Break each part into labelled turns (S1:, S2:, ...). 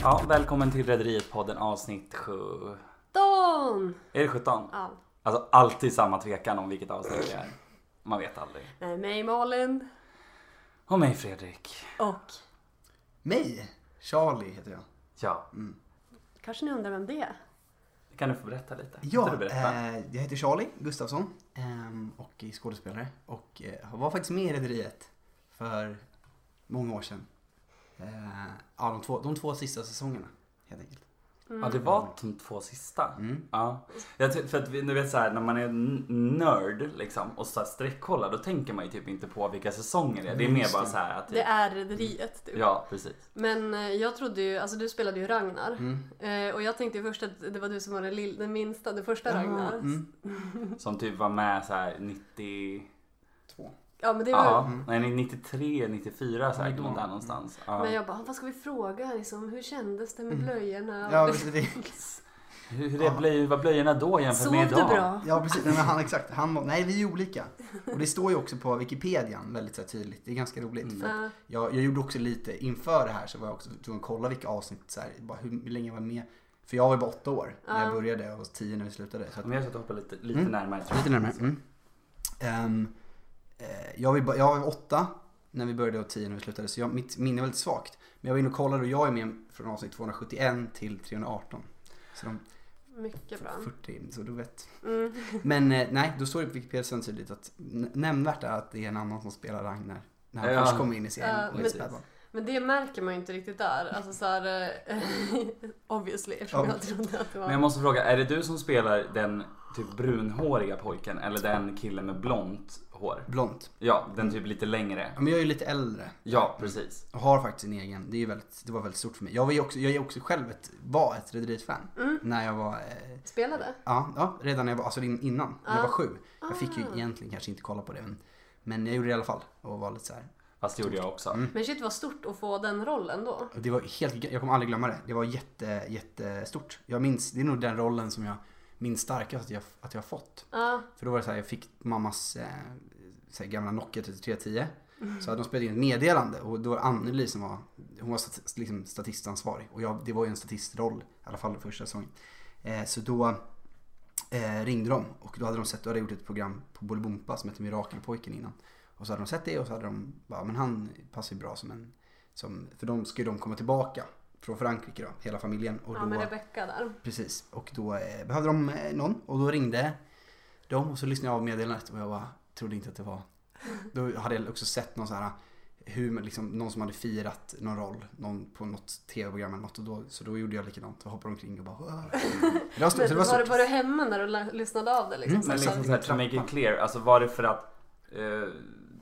S1: Ja, välkommen till Rederiet-podden avsnitt 7.
S2: Don!
S1: Är det 17?
S2: Ja.
S1: Alltså alltid samma tvekan om vilket avsnitt det är. Man vet aldrig.
S2: Nej, mig Malin.
S1: Och mig Fredrik.
S2: Och
S3: Mig? Charlie heter jag.
S1: Ja,
S3: Mm.
S2: kanske ni undrar vem det är?
S1: kan du få berätta lite? Kan
S3: Ja,
S1: du berätta?
S3: eh, jag heter Charlie Gustafsson ehm, och är skådespelare och eh, var faktiskt med i Rederiet för många år sedan. Eh, ja, de, två, de två sista säsongerna helt enkelt.
S1: Ja, det var de två sista.
S3: Mm.
S1: Ja. Jag ty- för att vi, nu vet så här, när man är n- nörd liksom och så här streckkollar då tänker man ju typ inte på vilka säsonger det är. Det är mer
S3: Mm, Just
S1: bara
S3: det.
S1: så här att
S2: Det
S1: typ,
S2: är Rederiet du.
S1: Ja, precis.
S2: Men eh, jag trodde ju, alltså du spelade ju Ragnar.
S3: Mm.
S2: Eh, Och jag tänkte ju först att det var du som var den, lill, den minsta, den första Ragnar.
S3: Mm.
S1: Som typ var med så här 90...
S3: Två.
S2: Ja men det var
S1: Ja, nej 93, 94 säkert.
S3: Mm.
S1: Där någonstans. Ja.
S2: Men jag bara, vad ska vi fråga liksom? Hur kändes det med blöjorna?
S3: Mm. Ja, precis. det-
S1: Hur, hur det blöj, var blöjorna då jämfört
S2: Sov
S1: med
S2: du
S1: idag?
S2: bra?
S3: Ja precis, nej, men han exakt. Han, var- nej vi är olika. Och det står ju också på Wikipedian väldigt så här, tydligt. Det är ganska roligt.
S1: Mm.
S3: För att
S2: Ja.
S3: jag, jag gjorde också lite inför det här så var jag också tvungen att kolla vilka avsnitt, så här, bara hur, hur länge jag var med. För jag var ju bara åtta år när jag
S2: Ja.
S3: började och tio när vi slutade. Så att,
S1: Om jag ska hoppa lite, lite
S3: Mm.
S1: närmare.
S3: Lite närmare. Mm. Ehm, eh, jag, var, ju ba- jag var åtta när vi började och tio när vi slutade så jag, mitt minne är väldigt svagt. Men jag var inne och kollade och jag är med från avsnitt 271 till 318. Så de
S2: Mycket bra.
S3: 40, så du vet.
S2: Mm.
S3: Men eh, nej, då står det på Wikipedia sen tydligt att n- nämnvärt är att det är en annan som spelar Ragnar. När han
S1: Ja.
S3: först kommer in i serien
S2: Ja,
S3: och är
S2: men-
S3: ett spädbarn.
S2: Men det märker man ju inte riktigt där. Alltså såhär, obviously eftersom
S3: Ja.
S2: jag trodde att det
S1: Men jag
S2: var...
S1: måste fråga, är det du som spelar den typ brunhåriga pojken eller den killen med blont hår?
S3: Blont.
S1: Ja, den typ lite längre.
S3: Ja, Men jag är ju lite äldre
S1: Ja, precis.
S3: och har faktiskt en egen. Det, är ju väldigt, det var väldigt stort för mig. Jag, var ju också, jag är också själv ett, var ett Rederiet-fan. När jag var eh,
S2: Spelade?
S3: Ja, ja redan när jag var, alltså in- innan, när jag var sju. Jag fick ju
S2: Ah.
S3: egentligen kanske inte kolla på det men, men jag gjorde det i alla fall och var lite så här.
S1: Fast det gjorde jag också.
S3: Mm.
S2: Men shit vad stort att få den rollen då.
S3: Och Det var helt, jag kommer aldrig glömma det. Det var jätte, jättestort. Jag minns, det är nog den rollen som jag minns starkast att jag, att jag har fått.
S2: Ja.
S3: För då var det så här, jag fick mammas eh, så här, gamla Nokia 3310. Så hade de spelat in ett meddelande och då var det Anneli som var, hon var stat, liksom statistansvarig. Och jag, det var ju en statistroll, i alla fall den första säsongen. Eh, så då eh, ringde de och då hade de sett, då hade jag gjort ett program på Bolibompa som hette Mirakelpojken innan. Och så hade de sett det och så hade de bara, men han passar ju bra som en, som, för de ska ju de komma tillbaka från Frankrike då, hela familjen. Och
S2: Ja
S3: då,
S2: med Rebecca där.
S3: Precis, och då eh, behövde de eh, någon och då ringde de och så lyssnade jag av meddelandet och jag bara trodde inte att det var. Då hade jag också sett någon så här hur man liksom, någon som hade firat någon roll någon på något tv-program eller något och då, så då gjorde jag likadant och hoppade omkring och bara "Åh." det var, stort,
S2: Men
S3: så det var
S2: var,
S3: stort.
S2: var du hemma när du lä- lyssnade av det liksom?
S3: Mm,
S1: Men
S3: Så-
S1: liksom
S3: så-
S1: såhär, to
S3: trappan.
S1: make it clear, alltså var det för att eh,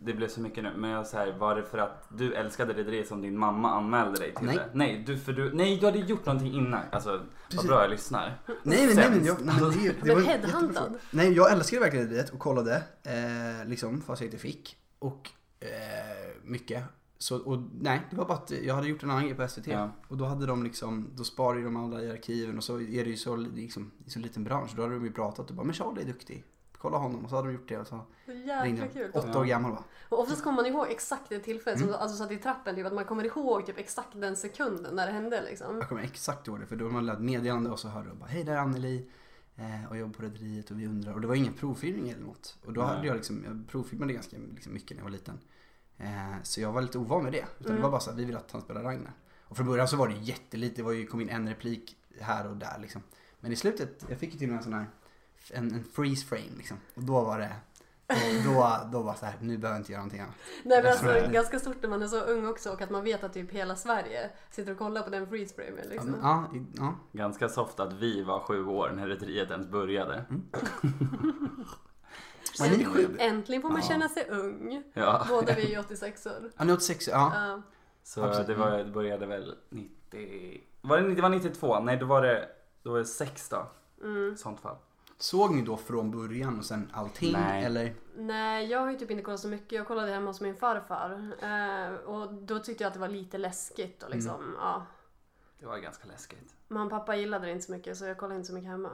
S1: det blev så mycket nu, men jag så här, var det för att du älskade Rederiet som din mamma anmälde dig till
S3: Nej.
S1: det? Nej, du, för du, nej, du hade gjort någonting innan. Alltså, vad
S3: Precis.
S1: bra jag lyssnar.
S3: Nej men, nej, men, jag, nej, men det, det
S2: Blev
S3: var en jättebra
S2: headhuntad?
S3: fråga. Nej jag älskade verkligen det och kollade eh, liksom fast jag inte fick. Och eh, mycket. Så, och nej, det var bara att jag hade gjort en annan grej på SVT.
S1: Ja.
S3: Och då hade de liksom, då sparade ju de alla i arkiven och så är det ju så, liksom, i så liten bransch. Då hade de ju pratat och bara, men Charlie är duktig. Kolla honom. Och så hade de gjort det och så
S2: Så
S3: ringde
S2: jäkla
S3: de.
S2: kul.
S3: Åtta år gammal va?
S2: Och oftast kommer man ihåg exakt det tillfället, som,
S3: Mm.
S2: alltså så att i trappen, typ, att man kommer ihåg typ exakt den sekunden när det hände liksom.
S3: Jag kommer exakt ihåg det för då hade man lärt meddelande och så hörde de bara, hej där är Anneli. eh, Och jag jobbar på Rederiet och vi undrar. Och det var ingen provfilmning eller något. Och då hade
S1: Nej.
S3: jag liksom, jag provfilmade ganska liksom mycket när jag var liten. Eh, Så jag var lite ovan med det. Utan det var bara så här, vi vill att han spelar Ragnar. Och från början så var det ju jättelite, det var ju, kom in en replik här och där liksom. Men i slutet, jag fick ju till och med en sån här, en, en freeze frame liksom. Och då var det, då, då, då var det så här, nu behöver jag inte göra någonting annat.
S2: Nej men
S3: Jag
S2: alltså
S3: tror det.
S2: ganska stort när man är så ung också och att man vet att typ hela Sverige sitter och kollar på den freeze framen
S3: Ja,
S2: liksom.
S3: men, ja, i- ja.
S1: Ganska soft att vi var sju år när Rederiet ens började.
S3: Var ni sju?
S2: Äntligen får man
S3: Ja.
S2: känna sig ung.
S1: Ja.
S2: Båda vi är 86or.
S3: Ja, ni är 86, ja.
S2: Ja.
S1: Så
S3: Absolut.
S1: det, var, det började väl 90... Var det, 90 det var 92? Nej, då var det, då var det 6 då.
S2: Mm.
S1: I sånt fall.
S3: Såg ni då från början och sen allting?
S1: Nej.
S3: Eller?
S2: Nej, jag har ju typ inte kollat så mycket. Jag kollade hemma hos min farfar. Eh, och då tyckte jag att det var lite läskigt och liksom, ja.
S1: Det var ganska läskigt.
S2: Men pappa gillade det inte så mycket så jag kollade inte så mycket hemma.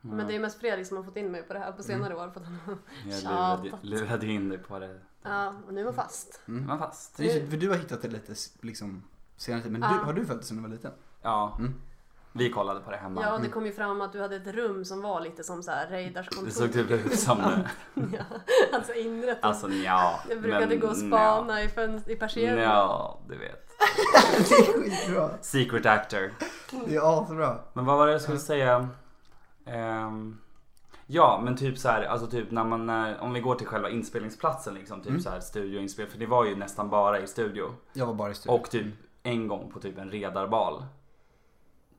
S2: Men det är mest Fredrik som har fått in mig på det här på senare år för att han har
S1: Mm. Jag lurade,
S2: tjatat.
S1: lurade in dig på det.
S2: Ja, och nu är man fast.
S3: Mm.
S1: Man fast.
S3: Så det är, för du har hittat det lite liksom senare tid. Men
S2: Ja.
S3: du, har du följt det sen du var liten?
S1: Ja.
S3: Mm.
S1: Vi kollade på det hemma.
S2: Ja, och det kom ju fram att du hade ett rum som var lite som så här Reidars
S1: det
S2: kontor.
S1: såg typ ut som det.
S2: ja, alltså inrättat.
S1: Alltså ja.
S2: jag brukade gå och spana i, fönst- i persiennerna.
S1: Ja, du vet.
S3: Det är skitbra.
S1: Secret actor.
S3: Det är asbra.
S1: Men vad var det jag skulle säga? Ehm, ja, men typ så här, alltså typ när man, när, om vi går till själva inspelningsplatsen liksom, typ så här studioinspel, för det var ju nästan bara i studio.
S3: Jag var bara i studion.
S1: Och typ en gång på typ en redarbal.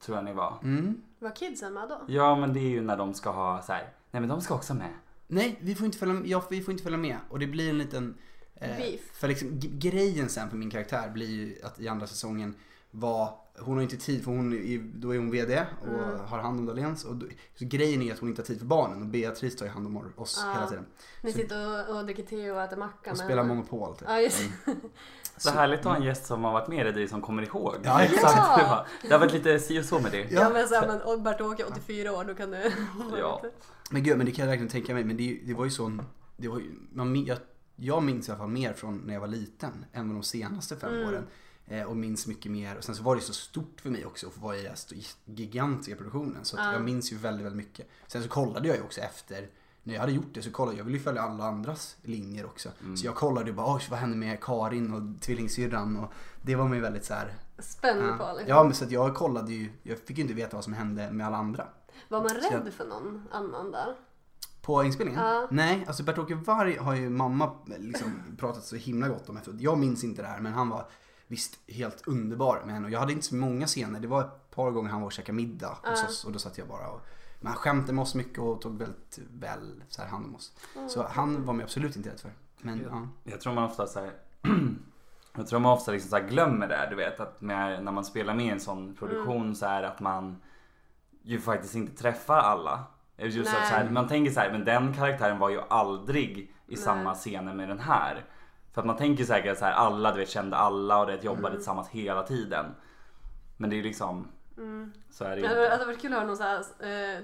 S1: Tror jag ni var.
S3: Mm.
S2: Var kidsen med då?
S1: Ja, men det är ju när de ska ha så här, nej men de ska också med.
S3: Nej, vi får, inte följa, ja, vi får inte följa med. Och det blir en liten...
S2: Beef.
S3: För liksom, g- grejen sen för min karaktär blir ju att i andra säsongen var... Hon har inte tid för hon är, då är hon VD och har hand om Dahléns. Och då, så grejen är att hon inte har tid för barnen och Beatrice tar ju hand om oss
S2: Ja.
S3: hela tiden.
S2: Ni
S3: Så-
S2: sitter och, och dricker te och äter macka
S3: Och
S2: med
S3: spelar
S2: henne.
S3: Monopol typ.
S2: Ja, just det.
S1: Så härligt att ha en gäst som har varit med i det som kommer ihåg.
S3: Ja,
S2: exakt.
S1: Det, var, det har varit lite si och så med det.
S3: Ja.
S2: Ja, men såhär, men och Bert-Åke 84 år, då kan du...
S1: Ja.
S3: Men gud, men det kan jag verkligen tänka mig. Men det, är ju- det var ju sån... Det var ju, man, min- jag, jag minns i alla fall mer från när jag var liten än de senaste fem åren. Eh, och minns mycket mer. Och sen så var det ju så stort för mig också att få vara i den här st- gigantiska produktionen. Så att jag minns ju väldigt, väldigt mycket. Sen så kollade jag ju också efter. När jag hade gjort det så kollade jag, jag ville ju följa alla andras linjer också. Så jag kollade ju bara, oj vad hände med Karin och tvillingsyrran och det var mig väldigt så här.
S2: Spänd på
S3: Ja,
S2: liksom.
S3: ja men så att jag kollade ju, jag fick ju inte veta vad som hände med alla andra.
S2: Var man
S3: Så jag-
S2: rädd för någon annan där?
S3: På inspelningen?
S2: Ja.
S3: Nej, alltså Bert-Åke Varg har ju mamma liksom pratat så himla gott om efteråt. Jag minns inte det här men han var visst helt underbar med henne. Och jag hade inte så många scener. Det var ett par gånger han var och käkade middag hos oss och då satt jag bara och men han skämtade med oss mycket och tog väldigt väl så här hand om oss. Så han var man ju absolut inte rädd för. Men ja.
S1: Jag tror man ofta så här, Jag tror man ofta liksom så här glömmer det här, du vet att med, när man spelar med i en
S2: Mm.
S1: sån produktion så är att man ju faktiskt inte träffar alla. Just att
S2: Nej.
S1: så här, man tänker så här, men den karaktären var ju aldrig i samma scener med den här. För att man tänker säkert att så här, alla du vet, kände alla och det jobbade
S2: Mm.
S1: tillsammans hela tiden. Men det är ju liksom,
S2: Mm.
S1: så är det ju
S2: Det hade
S1: inte.
S2: alltså, det varit kul att höra någon så här, eh,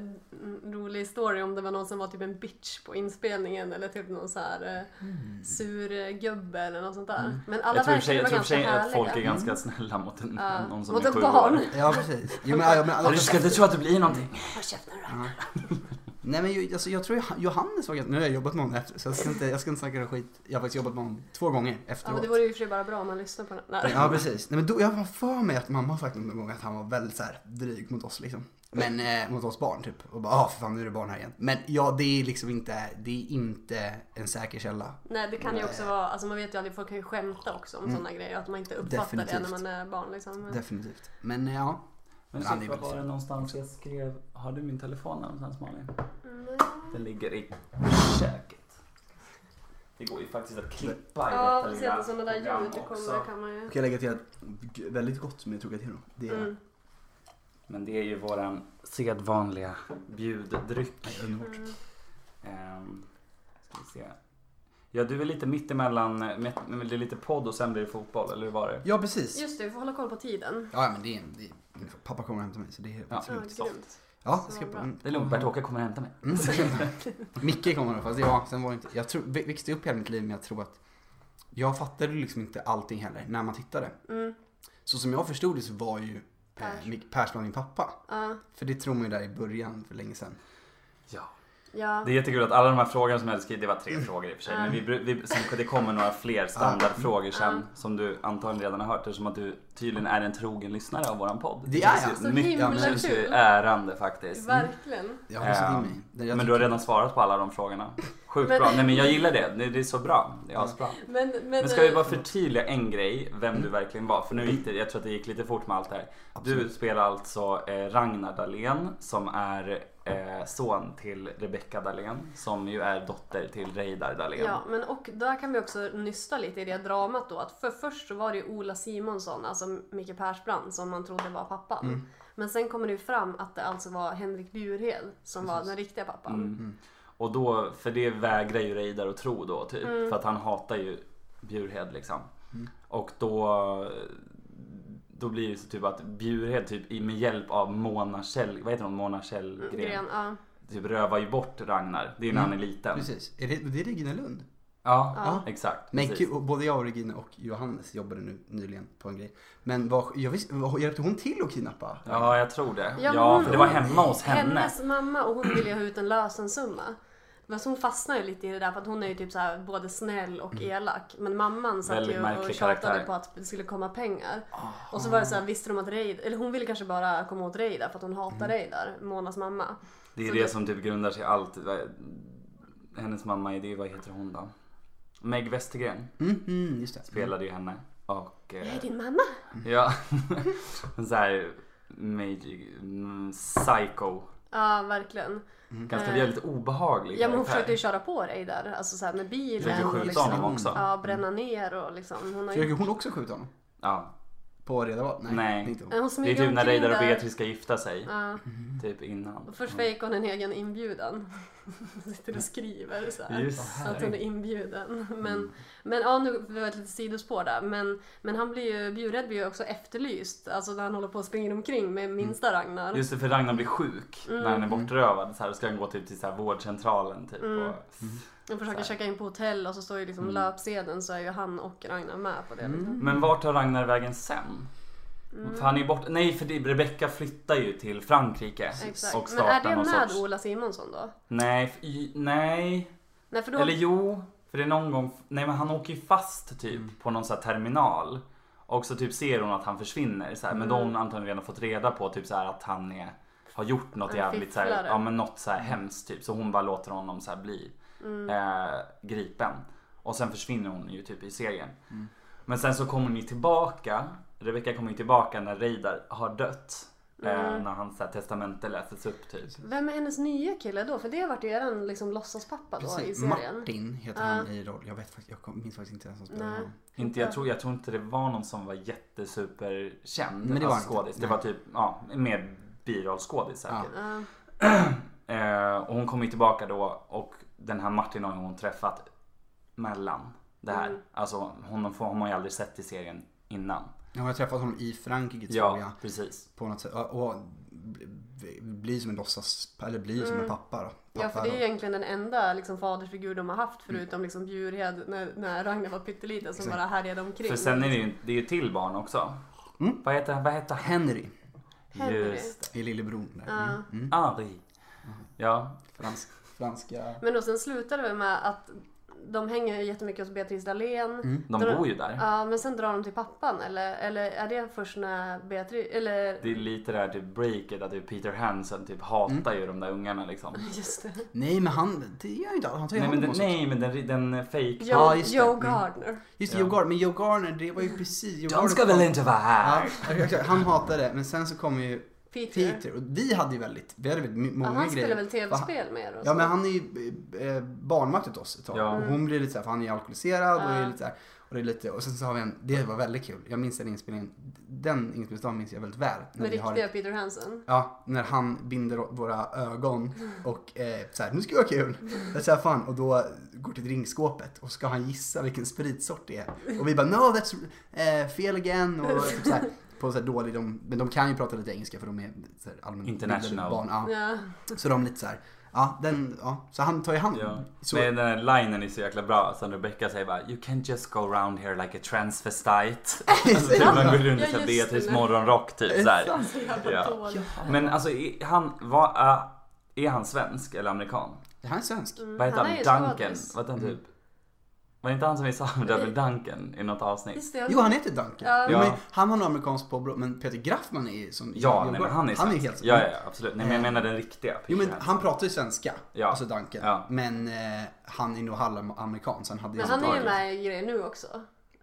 S2: n- rolig story om det var någon som var typ en bitch på inspelningen eller typ någon så här eh, sur eh, gubbe eller något sånt där. Men alla
S1: Mm. Jag tror i och
S2: verkar
S1: för sig,
S2: vara
S1: jag tror i och för
S2: ganska
S1: sig att
S2: härliga. Mm.
S1: folk är ganska snälla mot, en, någon som
S2: Mot
S1: är
S2: ett
S1: sju
S2: barn.
S1: år.
S3: Ja precis. Jo, men, ja, men,
S1: Du ska inte tro att det blir någonting.
S2: Håll käften nu då.
S3: nej men ju- alltså, jag tror Joh- Johannes var ganska... Nu har jag jobbat med honom efter så jag ska inte, jag ska inte snacka skit. Jag har faktiskt jobbat med honom två gånger
S2: Ja,
S3: efteråt.
S2: men det vore ju i och för sig bara bra om man lyssnar på den. Nej.
S3: Ja precis. Nej, men då, jag har för mig att mamma har sagt någon gång att han var väldigt så här dryg mot oss liksom. Men eh, mot oss barn typ. Och bara ah för fan nu är det barn här igen. Men ja det är liksom inte, det är inte en säker källa.
S2: Nej, det kan ju också vara, alltså man vet ju aldrig, folk kan ju skämta också
S1: Mm.
S2: om sådana grejer. Att man inte uppfattar det när
S3: Definitivt.
S2: man är barn liksom. Men-
S3: Definitivt. Men eh, ja.
S2: Mm.
S1: Men
S3: Men
S1: shit,
S3: han är
S1: vad
S3: väl
S1: var det
S3: så-
S1: någonstans jag skrev? Har du min telefon någonstans Malin?
S2: Mm.
S1: Den ligger i köket. Det går ju faktiskt att klippa i
S2: Ja,
S1: detta
S2: precis.
S1: lilla
S2: Och Sådana där ljud
S1: program
S2: det
S1: också.
S2: kommer kan man ju...
S3: Kan jag lägga till att väldigt gott som jag tog till dem. Det är
S2: Mm.
S1: Men det är ju våran sedvanliga bjuddryck.
S3: underbart.
S2: Mm.
S1: Ehm, ska vi se. Ja, du är lite mittemellan, med- men det är lite podd och sen blir det fotboll, eller hur var det?
S3: Ja precis.
S2: Just det, vi får hålla koll på tiden.
S3: Ja ja, men det är, det är Pappa kommer och hämtar mig så det är
S1: Ja.
S2: Ja,
S3: absolut.
S2: grymt.
S3: Ja,
S2: Så
S3: jag ska
S2: bra.
S1: Det är lugnt, Bert-Åke kommer hämta mig.
S3: Mm. Micke kommer då, fast ja, sen var det inte. Jag tror, vi- växte upp hela mitt liv men jag tror att jag fattade liksom inte allting heller när man tittade.
S2: Mm.
S3: Så som jag förstod det så var ju
S2: Pers.
S3: eh, Mick Pers var min pappa.
S2: Ja,
S3: För det tror man ju där i början för länge sedan.
S1: Ja.
S2: ja.
S1: Det är jättekul att alla de här frågorna som jag hade skrivit, det var tre
S3: Mm.
S1: frågor i och för sig. Men vi, bru- vi, sen, det kommer några fler
S3: Mm.
S1: standardfrågor sen som du antagligen redan har hört eftersom att du tydligen är en trogen lyssnare av våran podd.
S3: Det är jag.
S1: känns ju
S2: Så
S1: mycket-
S2: himla
S1: Det känns ju
S2: kul.
S1: ärande faktiskt.
S2: Verkligen.
S3: Jag har sett in
S1: Ehm,
S3: mig. Det-
S1: Men
S3: jag typ-
S1: du
S3: tycker-
S1: har redan svarat på alla de frågorna. Sjukt
S2: Men-
S1: bra. Nej men jag gillar det. Det det är så bra. Det
S3: Mm.
S1: är asbra.
S2: Men, men, eh,
S1: Men ska vi bara förtydliga en grej, vem du
S2: Mm.
S1: verkligen var? För nu gick det, jag tror att det gick lite fort med allt det här. Du spelar alltså eh, Ragnar Dahlén som är eh, son till Rebecca Dahlén som ju är dotter till Reidar Dahlén.
S2: Ja, men och där kan vi också nysta lite i det dramat då. Att för först så var det ju Ola Simonsson, alltså Micke Persbrandt, som man trodde var pappan.
S1: Mm.
S2: Men sen kommer det ju fram att det alltså var Henrik Bjurhed som var den riktiga pappan.
S1: Mm. Och då, för det vägrar ju Reidar att tro då typ.
S2: Mm.
S1: För att han hatar ju Bjurhed liksom. Och då, då blir det så typ att Bjurhed typ i- med hjälp av Mona Kjell, vad heter hon? Mona Kjellgren.
S2: Gren, Mm. ja.
S1: Typ rövar ju bort Ragnar. Det är ju när han är liten.
S3: Precis. Är det, det är Regina Lund?
S1: Ja,
S2: Ja.
S1: exakt.
S3: Men
S1: precis.
S3: gud, och både jag och Regina och Johannes jobbade nu nyligen på en grej. Men vad, jag visste, vad, hjälpte hon till att kidnappa?
S1: Ja, jag tror det. Ja,
S2: Ja, men hon-
S1: för det var hemma hos henne.
S2: Hennes mamma och hon ville ju ha ut en lösensumma. Men så hon fastnar ju lite i det där för att hon är ju typ så här både snäll och elak. Men mamman satt
S1: Mm. Väldigt
S2: ju och tjatade
S1: märklig karaktär. Ah.
S2: på att det skulle komma pengar. Och så var det så här, visste de att Reidar, eller hon ville kanske bara komma åt Reidar för att hon
S1: Mm.
S2: hatar Reidar, Monas mamma.
S1: Det
S2: Så
S1: är
S2: det-
S1: det som typ grundar sig allt. Hennes mamma är det, vad heter hon då? Meg Westergren
S3: Mm, mm, just det.
S1: spelade ju henne. Och
S2: Jag
S1: eh,
S2: är din mamma!
S1: ja, en så här major, mm, psycho.
S2: Ja, verkligen.
S1: Ganska
S2: Eh,
S1: väldigt obehaglig
S2: Ja, men hon
S1: karaktär.
S2: försökte ju köra på Reidar, alltså så här med bilen
S1: Försökte
S2: och
S1: skjuta honom
S2: liksom,
S1: också.
S2: ja, bränna ner och liksom. Hon, har ju,
S3: Försöker hon också skjuta honom?
S1: Ja.
S3: På reda val? Nej.
S1: Nej.
S3: det är Inte hon.
S2: Nej, hon
S1: Det är
S2: smyger
S1: typ när
S2: omkring
S1: Reidar och
S2: där.
S1: Beatrice ska gifta sig.
S2: Ja.
S1: Typ innan.
S2: Mm. Och först fejkar hon en egen inbjudan. Sitter och skriver så här.
S1: Just Mm.
S2: Att hon är inbjuden. Men, men ja, nu var det ett litet sidospår där. Men, men han blir ju, Bjured blir ju också efterlyst. Alltså när han håller på och springer omkring med minsta Ragnar.
S1: Mm. Just det, för Ragnar blir sjuk när han är
S2: Mm.
S1: bortrövad. Så här, då ska han gå typ till så här vårdcentralen typ. Och,
S2: Han försöker checka in på hotell och så står ju liksom
S1: Mm.
S2: löpsedeln så är ju han och Ragnar med på det. Liksom.
S1: Men vart tar Ragnar vägen sen? För han är bort... Nej, för det- Rebecca flyttar ju till Frankrike. Och
S2: Exakt. Men är
S1: startar
S2: det
S1: någon
S2: med
S1: sorts...
S2: Ola Simonsson då?
S1: Nej, f- i- nej.
S2: Nej, för då...
S1: Eller jo, för det är någon gång... Nej men han åker ju fast typ på någon sån här terminal. Och så typ ser hon att han försvinner. Så här. Men då har hon
S2: Mm.
S1: antagligen redan fått reda på typ så här att han är, har gjort något
S2: En
S1: jävligt så här,
S2: fifflare.
S1: ja, men något så här hemskt typ. Så hon bara låter honom så här bli
S2: Mm.
S1: eh, gripen. Och sen försvinner hon ju typ i serien. Men sen så kommer hon ju tillbaka. Rebecca kommer ju tillbaka när Reidar har dött.
S2: Mm.
S1: Eh, när hans så här, testamente läses upp typ.
S2: Vem är hennes nya kille då? För det vart ju eran liksom låtsaspappa då i
S3: Precis.
S2: serien.
S3: Martin heter han i roll. Jag, vet, faktiskt- jag kom- minns faktiskt inte vem som spelar
S2: Nej.
S3: honom.
S1: Inte, jag, tror, jag tror inte det var någon som var jättesuperkänd
S3: Men det
S1: det
S3: var
S1: var
S3: inte.
S1: skådis. Det
S3: Nej.
S1: var typ, ja, mer birollskådis säkert.
S2: Ja.
S1: Eh, och hon kommer ju tillbaka då och den här Martin har ju hon träffat mellan det här. Alltså hon får- har man ju aldrig sett i serien innan.
S3: Jag har träffat honom i Frankrike tror
S1: Ja,
S3: jag.
S1: precis.
S3: På något sätt. Och och bli- bli som en låtsas, eller bli som en pappa då. Pappa
S2: Mm. Ja, för det är
S3: då. Mm.
S2: ju egentligen den enda liksom, fadersfigur de har haft förutom liksom, Bjurhed när, när Ragnar var pytteliten som bara härjade omkring.
S1: För sen är det ju, det är ju till barn också. Vad heter, vad heter han?
S3: Mm. Henry
S2: Henry.
S1: Just
S3: i Lillebron där. Mm.
S1: Ari. Ja,
S3: Fransk, franska.
S2: Men då sen slutar det väl med att de hänger ju jättemycket hos Beatrice Dahlén.
S3: Mm.
S1: de
S2: Dra-
S1: bor ju där.
S2: Ja, men sen drar de till pappan eller, eller är det först när Beatrice, eller
S1: Det är lite det här typ breaket att typ Peter Hansen typ hatar ju de där ungarna liksom.
S2: just det.
S3: Nej men han, det gör ju inte han. Han tar ju
S1: Nej
S3: hand
S1: men den,
S3: om oss också.
S1: nej, men den, den eh, fake
S2: Joe,
S3: Ja, just det.
S2: Joe
S3: Mm.
S2: Gardner.
S3: Just det, Joe Garner. Men Joe Garner, det var ju precis. Joe
S1: De
S3: Garner-
S1: ska väl inte vara
S3: Ja,
S1: här?
S3: exakt. han hatade det. Men sen så kommer ju
S2: Peter.
S3: Peter. Och vi hade ju väldigt, vi hade väldigt my-
S2: Ja,
S3: många
S2: han
S3: grejer.
S2: spelar väl
S3: Va-
S2: tv-spel med er och
S3: Ja
S2: så.
S3: men han är ju eh, barnvakt åt oss ett tag.
S1: Alltså. Ja.
S3: Och hon blir lite såhär, för han är ju alkoholiserad och är lite såhär. Och, det är lite, och sen så har vi en, det var väldigt kul. Jag minns den inspelningen, den inspelningsdagen minns jag väldigt väl. När
S2: Med
S3: vi har-
S2: riktiga Peter Hansen.
S3: Ja, när han binder å- våra ögon
S1: Mm.
S3: och eh, såhär, nu ska vi ha kul. Let's have fun. Och då går till drinkskåpet och ska han gissa vilken spritsort det är. Och vi bara, no that's eh, fel again. Och typ såhär, på såhär dålig, de, men de kan ju prata lite engelska för de är såhär, allmänt
S1: International.
S3: barn. Ja.
S2: Ja.
S3: Så de lite såhär, ja, den, ja. Så han tar ju hand
S1: Ja.
S3: så,
S1: Men den här linen är så jäkla bra. Sen Rebecca säger bara You can just go around here like a transvestite. alltså, typ, man går runt i
S2: Ja,
S1: ja,
S2: just
S1: Beatrice
S2: det.
S1: morgonrock typ så här.
S2: Så jävla
S1: Ja.
S2: dålig.
S1: Men alltså är han, vad, äh, är han svensk eller amerikan?
S3: Han är svensk.
S1: vad heter
S2: han
S1: han?
S2: är ju
S1: Duncan?
S2: skådis.
S1: Vad heter han typ? Var det inte han som vi sa med Double Duncan i något avsnitt?
S2: Just det, jag
S3: Jo, han heter Duncan.
S2: Ja.
S3: Jo, men
S1: Ja.
S3: han var nog amerikansk påbrå, men Peter Graffman är ju som...
S1: Ja,
S3: jag-
S1: nej, men han är
S3: han är ju
S1: svensk.
S3: helt Eh,
S1: ja, ja, ja, absolut. Nej, men jag menar den riktiga.
S3: Jo, men
S1: Peter
S3: han pratar ju svenska,
S1: Ja.
S3: alltså Duncan.
S1: Ja.
S3: Men eh, han är nog halvamerikan, så han hade ju...
S2: Men han är ju
S1: Antagligen.
S2: med i grejer nu också.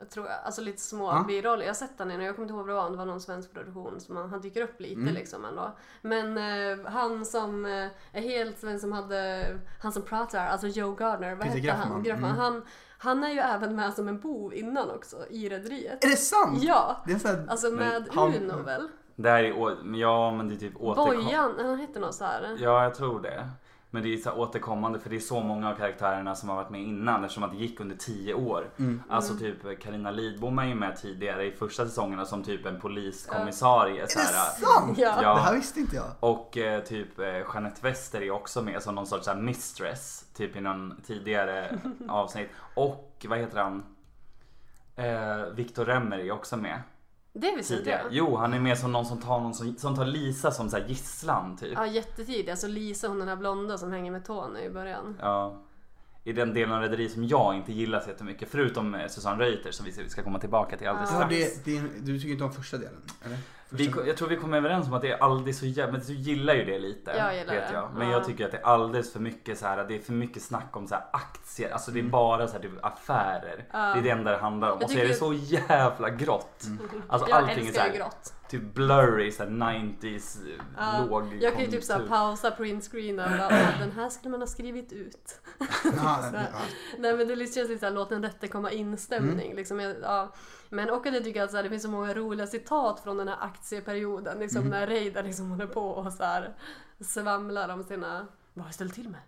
S2: Jag tror jag. Alltså lite små
S3: Ja.
S2: biroller. Jag har sett han i, jag kommer inte ihåg vad det var, om det var någon svensk produktion. Så man, han dyker upp lite
S3: Mm.
S2: liksom ändå. Men eh, han som eh, är helt svensk, som hade, han som pratar, alltså Joe Gardner, vad
S3: Peter Mm.
S2: hette
S3: Graffman.
S2: han? Graffman. Han, han är ju även med som en bov innan också, i Rederiet.
S3: Är det sant?
S2: Ja!
S3: Det är så här,
S2: Alltså med
S3: han-
S2: Uno väl?
S1: Det här är, å- ja men det är typ återkom...
S2: Bojan, han hette något så här.
S1: Ja, jag tror det. Men det är så här återkommande för det är så många av karaktärerna som har varit med innan eftersom att det gick under tio år.
S3: Mm.
S1: Alltså typ Karina Lidbom är ju med tidigare i första säsongerna som typ en poliskommissarie. Så
S3: Är det
S1: här,
S3: sant?
S2: Ja.
S1: Ja.
S3: Det här visste inte jag.
S1: och eh, typ eh, Jeanette Wester är också med som någon sorts så här, mistress. Typ i någon tidigare avsnitt. Och vad heter han? Eh, Victor Remmer är också med.
S2: Det visste inte
S1: Tidigare.
S2: jag.
S1: Jo, han är med som någon som tar, någon som, som tar Lisa som så här gisslan typ.
S2: Ja, jättetidig. Alltså Lisa, hon den här blonda som hänger med Tony i början.
S1: Ja. I den delen av Rederi som jag inte gillar så jättemycket. Förutom eh, Susanne Reuter som vi vi ska komma tillbaka till alldeles
S3: Ja,
S1: strax.
S3: det, det, du tycker inte om första delen? Eller?
S1: Vi,
S3: Första...
S1: jag tror vi kom överens om att det är alldeles så jävla, men du gillar ju det lite.
S2: Jag gillar
S1: vet
S2: det.
S1: jag. Men
S2: Ja.
S1: jag tycker att det är alldeles för mycket så här, det är för mycket snack om så här aktier, alltså det är bara så här typ affärer. Det är det enda det handlar om.
S2: Mm. Jag
S1: Och så är det
S2: tycker- Mm.
S1: så jävla grått. Alltså
S2: Jag
S1: allting är så
S2: älskar ju
S1: här,
S2: grått.
S1: typ blurry, så här 90s,
S2: Ja,
S1: låg
S2: jag kan ju typ såhär
S1: konjunktur.
S2: pausa printscreenen och bara, "Åh, den här skulle man ha skrivit ut.
S3: Ja,
S2: här.
S3: ja.
S2: Nej men det känns lite såhär låt den rätte komma in stämning.
S3: Mm.
S2: Liksom, jag- ja. Men och att jag tycker att så här, det finns så många roliga citat från den här aktieperioden. Liksom,
S3: Mm.
S2: När Reidar liksom håller på och så här, svamlar om sina vad har jag ställt till med?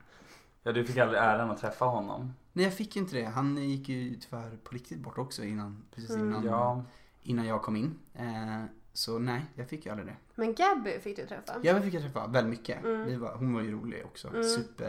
S1: Ja, du fick aldrig äran att träffa honom.
S3: Nej jag fick ju inte det. Han gick ju tyvärr på riktigt bort också innan, precis
S2: Mm.
S3: innan,
S1: Ja.
S3: innan jag kom in. Eh, så nej, jag fick ju aldrig det.
S2: Men Gabby fick du träffa.
S3: Ja, vi fick jag träffa väldigt mycket.
S2: Mm.
S3: Vi var, hon var ju rolig också.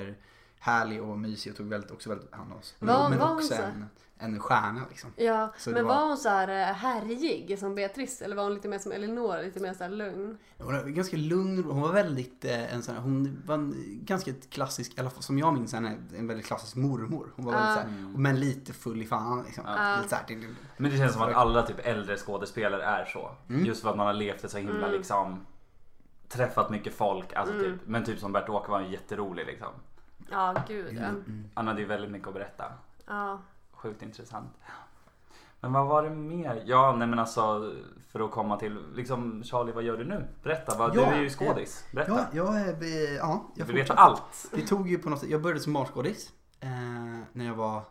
S3: Superhärlig och mysig och tog väldigt, också väldigt hand om oss. Men-
S2: Var-
S3: men
S2: var hon
S3: också
S2: så?
S3: en, en stjärna liksom.
S2: Ja,
S3: Så det
S2: men
S3: var-
S2: var... hon så här eh, härjig som Beatrice eller var hon lite mer som Elinor, lite mer så här lugn?
S3: Hon var ganska lugn, hon var väldigt eh, en sån här, hon var en ganska klassisk, i alla fall som jag minns henne, en väldigt klassisk mormor. Hon var väldigt
S2: Ah.
S3: såhär, men lite full i fan liksom. Lite så här, det- det-
S1: Men det känns som att alla typ äldre skådespelare är så.
S3: Mm.
S1: Just för att man har levt ett så himla
S2: Mm.
S1: liksom träffat mycket folk. Alltså, typ, men typ som Bert-Åke var ju jätterolig liksom.
S2: Ja, gud ja.
S3: Mm.
S1: Han hade ju väldigt mycket att berätta.
S2: ja.
S1: Sjukt intressant. Men vad var det mer? Ja, nej men alltså för att komma till liksom Charlie, vad gör du nu? Berätta, vad, du
S3: Ja,
S1: är ju skådis. Berätta.
S3: Ja, jag, är- vi- ja, jag
S1: du vet
S3: fortsätter.
S1: allt.
S3: Det tog ju på något sätt, jag började som matskådis eh, när jag var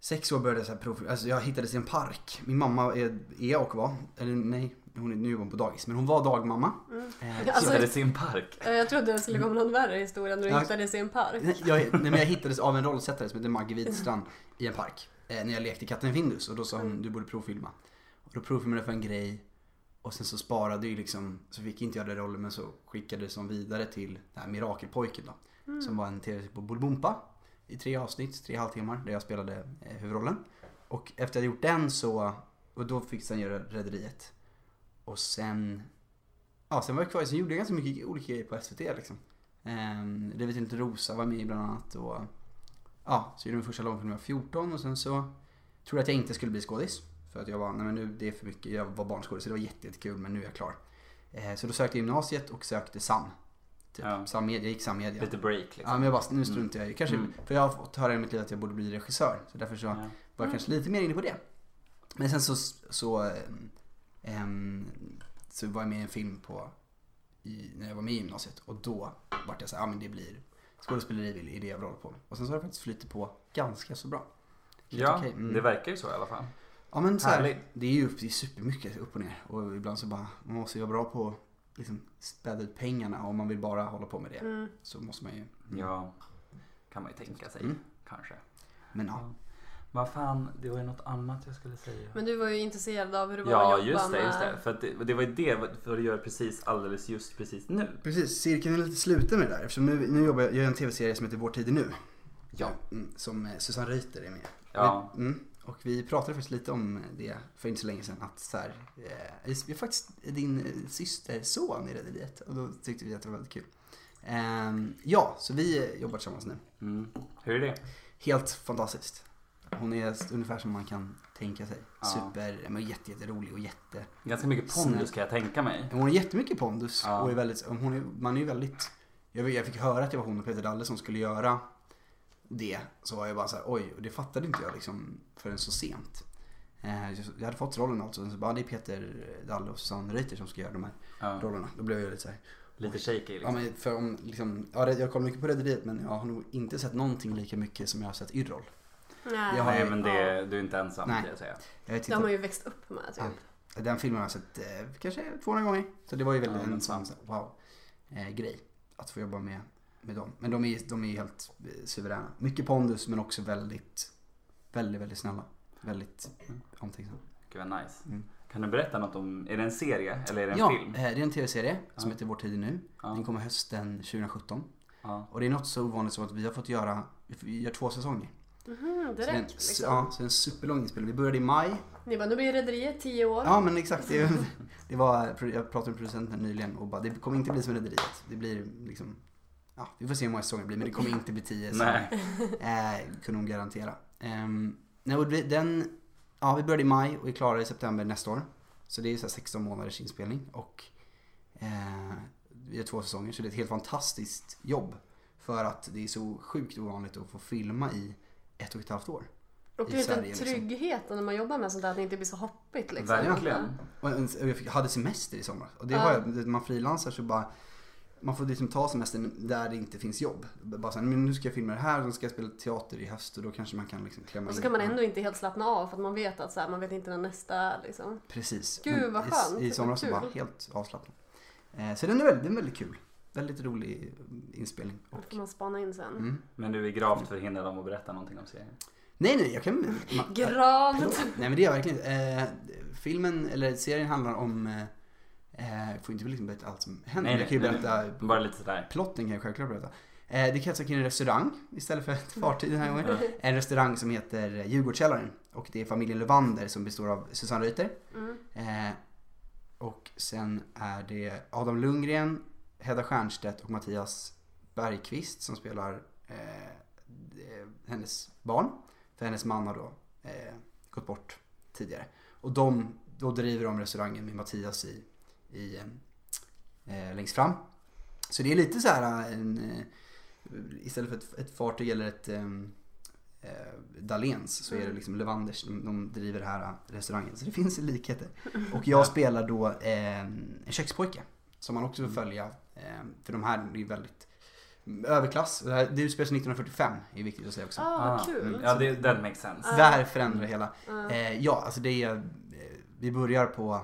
S3: sex år började jag så här prov, alltså jag hittades i en park. Min mamma är, är och var, eller nej, hon är, nu är hon på dagis, men hon var dagmamma. Eh,
S2: Ja, Alltså-
S1: Hittade sin park.
S2: Eh, Jag trodde det skulle komma någon värre historia när du
S3: Ja.
S2: hittades i en park.
S3: Nej, jag, nej, men jag hittades av en rollsättare som heter Maggie Widstrand i en park. Eh, när jag lekte katten Findus och då sa hon du borde provfilma. Och då provfilmade jag för en grej och sen så sparade ju liksom, så fick inte jag den rollen men så skickades de vidare till den här Mirakelpojken då. Som var en tv-serie på Bolibompa i tre avsnitt, tre halvtimmar där jag spelade eh, huvudrollen. Och efter jag hade gjort den så, och då fick jag göra Rederiet. Och sen Ja, sen var jag kvar. Sen gjorde jag ganska mycket olika grejer på SVT liksom. Ehm, Det vet inte Rosa var med bland annat och ja, så gjorde jag min första långfilm när jag var 14 och sen så trodde jag att jag inte skulle bli skådis. För att jag var, nej men nu det är för mycket, jag var barnskådis så det var jätte- jättekul men nu är jag klar. Eh, Så då sökte jag gymnasiet och sökte SAM. Typ.
S1: Ja.
S3: SAM media, jag gick SAM media.
S1: Lite Mm. break liksom.
S3: Ja men jag bara, nu struntar jag i kanske, för jag har fått höra i mitt liv att jag borde bli regissör. Så därför så var jag
S1: Mm.
S3: kanske lite mer inne på det. Men sen så, så, ehm, ehm, så var jag med i en film på, i, när jag var med i gymnasiet. Och då vart jag så här, ja men det blir skådespeleri, det är det jag vill hålla på med. Och sen så har det faktiskt flyttat på ganska så bra. Helt
S1: Ja,
S3: okej, mm.
S1: det verkar ju så i alla fall.
S3: Ja men så här,
S1: Härligt.
S3: det är ju upp, det är supermycket upp och ner och ibland så bara, man måste ju vara bra på att liksom späda ut pengarna om man vill bara hålla på med det.
S2: Mm.
S3: Så måste man ju,
S1: Ja, kan man ju tänka sig.
S3: Mm.
S1: Kanske.
S3: men ja.
S1: Vad fan, det var ju något annat jag skulle säga.
S2: Men du var ju intresserad av hur det var
S1: Ja
S2: att jobba
S1: just det,
S2: med...
S1: just det. För att det, det var ju det vad du gör precis alldeles just precis nu.
S3: Precis, cirkeln är lite sluten med det där eftersom nu, nu jobbar jag, jag gör en tv-serie som heter Vår tid är nu.
S1: Ja.
S3: Mm, Som eh, Susanne Reuter är med.
S1: Ja.
S3: Mm, och vi pratade faktiskt lite om det för inte så länge sedan att så här, eh, vi har faktiskt din eh, systerson i Rederiet och då tyckte vi att det var väldigt kul. Ehm, ja, så vi eh, jobbar tillsammans nu.
S1: Mm. Hur är det?
S3: Helt fantastiskt. Hon är s- ungefär som man kan tänka sig. Super, men jätte, jätterolig och jätte...
S1: Ganska mycket pondus kan jag tänka mig.
S3: Hon har jättemycket pondus
S1: Ja.
S3: och är väldigt, hon är, man är ju väldigt... Jag, vet- jag fick höra att det var hon och Peter Dalle som skulle göra det. Så var jag bara så här, oj, och det fattade inte jag liksom förrän så sent. Eh, Jag hade fått rollen alltså, och så bara, det är Peter Dalle och Susanne Reuter som ska göra de här
S1: Ja.
S3: rollerna. Då blev jag lite så här,
S1: Lite shaky
S3: Ja
S1: liksom.
S3: men för om liksom, ja, det- jag kollar mycket på Rederiet men jag har nog inte sett någonting lika mycket som jag har sett Yrrol.
S2: Nej.
S3: Jag har-
S1: Nej men det, du är inte ensam
S3: Nej.
S1: kan jag säga.
S3: Jag har
S2: Det har
S3: tittat,
S2: man ju växt upp med typ.
S3: den filmen har jag sett eh, kanske 200 gånger. Så det var ju väldigt
S1: Ja,
S3: en
S1: men
S3: sån wow eh, grej. Att få jobba med med dem. Men de är, de är helt eh, suveräna. Mycket pondus men också väldigt, väldigt, väldigt snälla. Väldigt omtänksamma.
S1: Gud vad nice.
S3: Mm.
S1: Kan du berätta något om, är det en serie eller är det en
S3: Ja, eh,
S1: film?
S3: det är en tv-serie som
S1: Ja.
S3: heter Vår tid nu.
S1: Ja.
S3: Den kommer hösten 2017.
S1: Ja.
S3: Och det är något så ovanligt som att vi har fått göra, vi gör två säsonger.
S2: Mhm,
S3: Så det är en,
S2: direkt liksom.
S3: Ja, så det är en superlång inspelning. Vi började i maj
S2: Ni bara, nu blir Rederiet tio år.
S3: Ja men exakt. Det, det var, jag pratade med producenten nyligen och bara, det kommer inte bli som Rederiet. Det blir liksom, ja vi får se hur många säsonger det blir men det kommer inte bli tio. så-
S1: Nej.
S3: Eh, kunde hon garantera. Ehm, nej, och det- den, ja vi började i maj och är klara i september nästa år. Så det är så här 16 månaders inspelning och eh, vi har två säsonger så det är ett helt fantastiskt jobb. För att det är så sjukt ovanligt att få filma i ett och ett halvt år.
S2: och
S3: i
S2: det är
S3: Sverige,
S2: en
S3: liksom.
S2: trygghet när man jobbar med sånt där, att det inte blir så hoppigt liksom.
S1: Verkligen.
S3: Och en- och jag fick, hade semester i somras. Och det
S2: Ja.
S3: har jag, när man frilansar så bara man får liksom ta semestern där det inte finns jobb. Bara så här, men nu ska jag filma det här, sen ska jag spela teater i höst och då kanske man kan liksom klämma
S2: Och så
S3: in-
S2: kan man ändå inte helt slappna av för att man vet att så här, man vet inte när nästa är liksom.
S3: Precis.
S2: Gud,
S3: Men
S2: vad
S3: i-
S2: skönt.
S3: I somras så
S2: Vad
S3: bara
S2: kul.
S3: helt avslappnad. Eh, så den är väldigt, den är väldigt kul. Väldigt rolig eh, inspelning.
S2: Då
S3: Och,
S2: får man spana in sen.
S3: mm.
S1: Men du är gravt förhindrad om att berätta någonting om serien.
S3: Nej, nej, jag kan... Man,
S2: Gravt!
S3: Förlåt. Nej men det är jag verkligen inte. eh, Filmen, eller serien handlar om... Eh, jag får inte liksom berätta allt som händer.
S1: Nej,
S3: jag kan ju
S1: nej, nej,
S3: berätta
S1: Bara lite sådär.
S3: Plotten kan jag självklart berätta. Eh, det kretsar kring en restaurang istället för ett fartyg den här
S1: Mm.
S3: gången. En restaurang som heter Djurgårdskällaren. Och det är familjen Levander som består av Susanne Reuter.
S2: Mm.
S3: Eh, och sen är det Adam Lundgren, Hedda Stiernstedt och Mattias Bergqvist som spelar eh, eh, hennes barn. För hennes man har då eh, gått bort tidigare. Och de, då driver de restaurangen med Mattias i, i, eh, längst fram. Så det är lite så här eh, en, eh, istället för ett, ett fartyg eller ett eh, eh, Dahléns så är det liksom Levanders, de, de driver den här eh, restaurangen. Så det finns likheter. Och jag spelar då eh, en kökspojke som man också får
S1: Mm.
S3: följa. Eh, för de här är ju väldigt överklass. Det här- det utspelar sig 1945 är viktigt att säga också.
S2: Ah, vad kul!
S1: mm. Ja, det, that makes sense.
S2: Ah.
S3: Där förändrar
S1: Mm.
S3: hela.
S2: Ah.
S3: Eh, ja, alltså det är, eh, vi börjar på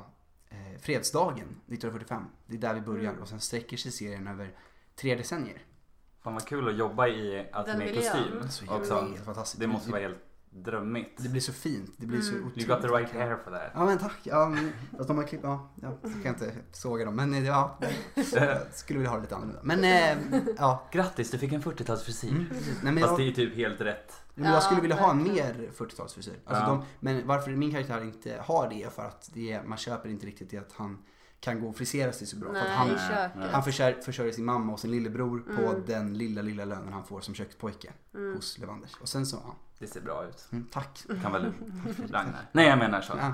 S3: eh, fredsdagen 1945. Det är där vi börjar
S2: Mm.
S3: och sen sträcker sig serien över tre decennier.
S1: Fan vad kul att jobba i att
S2: Den
S1: med
S2: miljön.
S1: kostym
S2: Mm.
S3: Så
S1: och
S3: helt,
S1: sånt.
S3: helt fantastiskt.
S1: Alltså, Det måste
S3: Alltså, det,
S1: vara helt drömmigt.
S3: det blir så fint. Det blir så
S2: Mm.
S3: otroligt.
S1: You got the right hair for that.
S3: Ja men tack. Ja, men, fast de har klippt, ja, ja, jag kan inte såga dem. Men eh, ja, jag skulle vilja ha det lite annorlunda. Men eh, ja.
S1: Grattis, du fick en 40-talsfrisyr.
S3: Mm, precis. Nej, men
S1: Fast det
S3: jag,
S1: är typ helt rätt.
S3: men jag skulle
S2: Ja,
S3: vilja ha en
S2: verkligen.
S3: mer 40-talsfrisyr. Alltså
S1: Ja.
S3: de- men varför min karaktär inte har det är för att det, är- man köper inte riktigt det att han kan gå och frisera sig så bra. för
S2: Nej,
S3: att han,
S2: i köket.
S1: Nej.
S3: Han försörjer, försörjer sin mamma och sin lillebror på
S2: Mm.
S3: den lilla, lilla lönen han får som kökspojke
S2: Mm.
S3: hos Levanders. Och sen så, ja,
S1: Det ser bra ut.
S3: mm, tack.
S1: Kan väl Ragnar. Nej, jag menar så.
S3: Ja.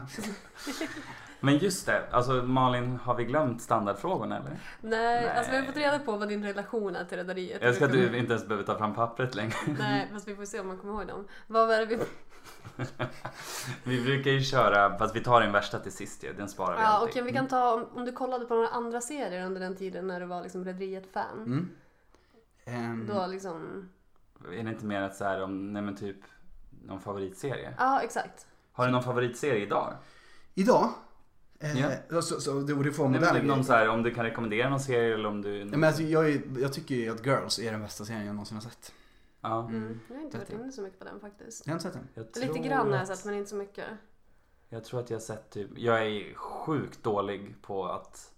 S1: Men just det, alltså Malin, har vi glömt standardfrågorna eller?
S2: Nej,
S1: Nej.
S2: alltså vi har fått reda på vad din relation är till Rederiet.
S1: Jag älskar att du inte ens behöver ta fram pappret längre.
S2: Nej, fast vi får se om man kommer ihåg dem. Vad var det vi...
S1: Vi brukar ju köra, fast vi tar den värsta till sist ju. Den sparar vi
S2: Ja,
S1: alltid.
S2: okej, vi kan ta om, om du kollade på några andra serier under den tiden när du var liksom Rederiet-fan.
S3: Mm. Ehm,
S1: Mm.
S2: Då liksom...
S1: Är det inte mer att så här om, nej men typ, någon favoritserie?
S2: Ja, exakt.
S1: Har du någon favoritserie idag?
S3: idag, eh,
S1: Ja.
S3: så, så, så, det det får
S1: Nej, men typ
S3: moderna
S1: någon
S3: grejer.
S1: så här, om du kan rekommendera någon serie eller om
S3: Ja,
S1: du...
S3: men alltså, jag, är- jag tycker ju att Girls är den bästa serien jag någonsin har sett.
S1: Ja,
S2: Mm. Jag har inte varit
S3: Vet jag.
S2: inne så mycket på den faktiskt.
S3: Jag har inte sett den.
S1: jag tror
S2: Lite grann har jag
S1: att-
S2: sett, men inte så mycket.
S1: Jag tror att jag har sett typ, jag är sjukt dålig på att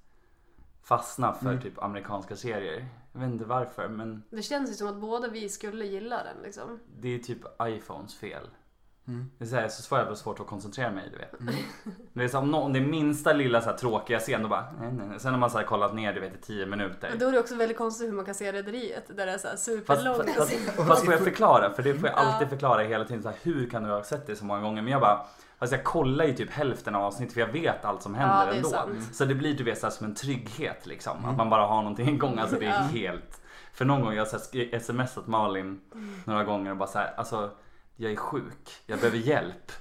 S1: fastna för
S3: Mm.
S1: typ amerikanska serier. Jag vet inte varför men
S2: Det känns ju som att båda vi skulle gilla den liksom.
S1: det är typ iPhones fel.
S3: Mm.
S1: Det är så, här, så svårt, jävla svårt att koncentrera mig du vet. Det är så, här, om, någon, om det är minsta lilla så här, tråkiga scen då bara nej, nej, nej. Sen har man så här, kollat ner du vet i 10 minuter.
S2: Men då är det också väldigt konstigt hur man kan se Rederiet där det är så här
S1: Fast,
S2: superlånga
S1: fast,
S2: serier.
S1: fast, fast får jag förklara? För det får jag
S2: Ja.
S1: alltid förklara hela tiden. Så här, hur kan du ha sett det så många gånger? Men jag bara, alltså jag kollar ju typ hälften av avsnittet för jag vet allt som händer
S2: Ja, det är
S1: ändå.
S2: sant. Mm.
S1: Så det blir du vet så här, som en trygghet liksom. Att man bara har någonting igång. Alltså det är helt... För någon gång jag har så här, sk- smsat Malin
S2: Mm.
S1: några gånger och bara så här, alltså jag är sjuk, jag behöver hjälp.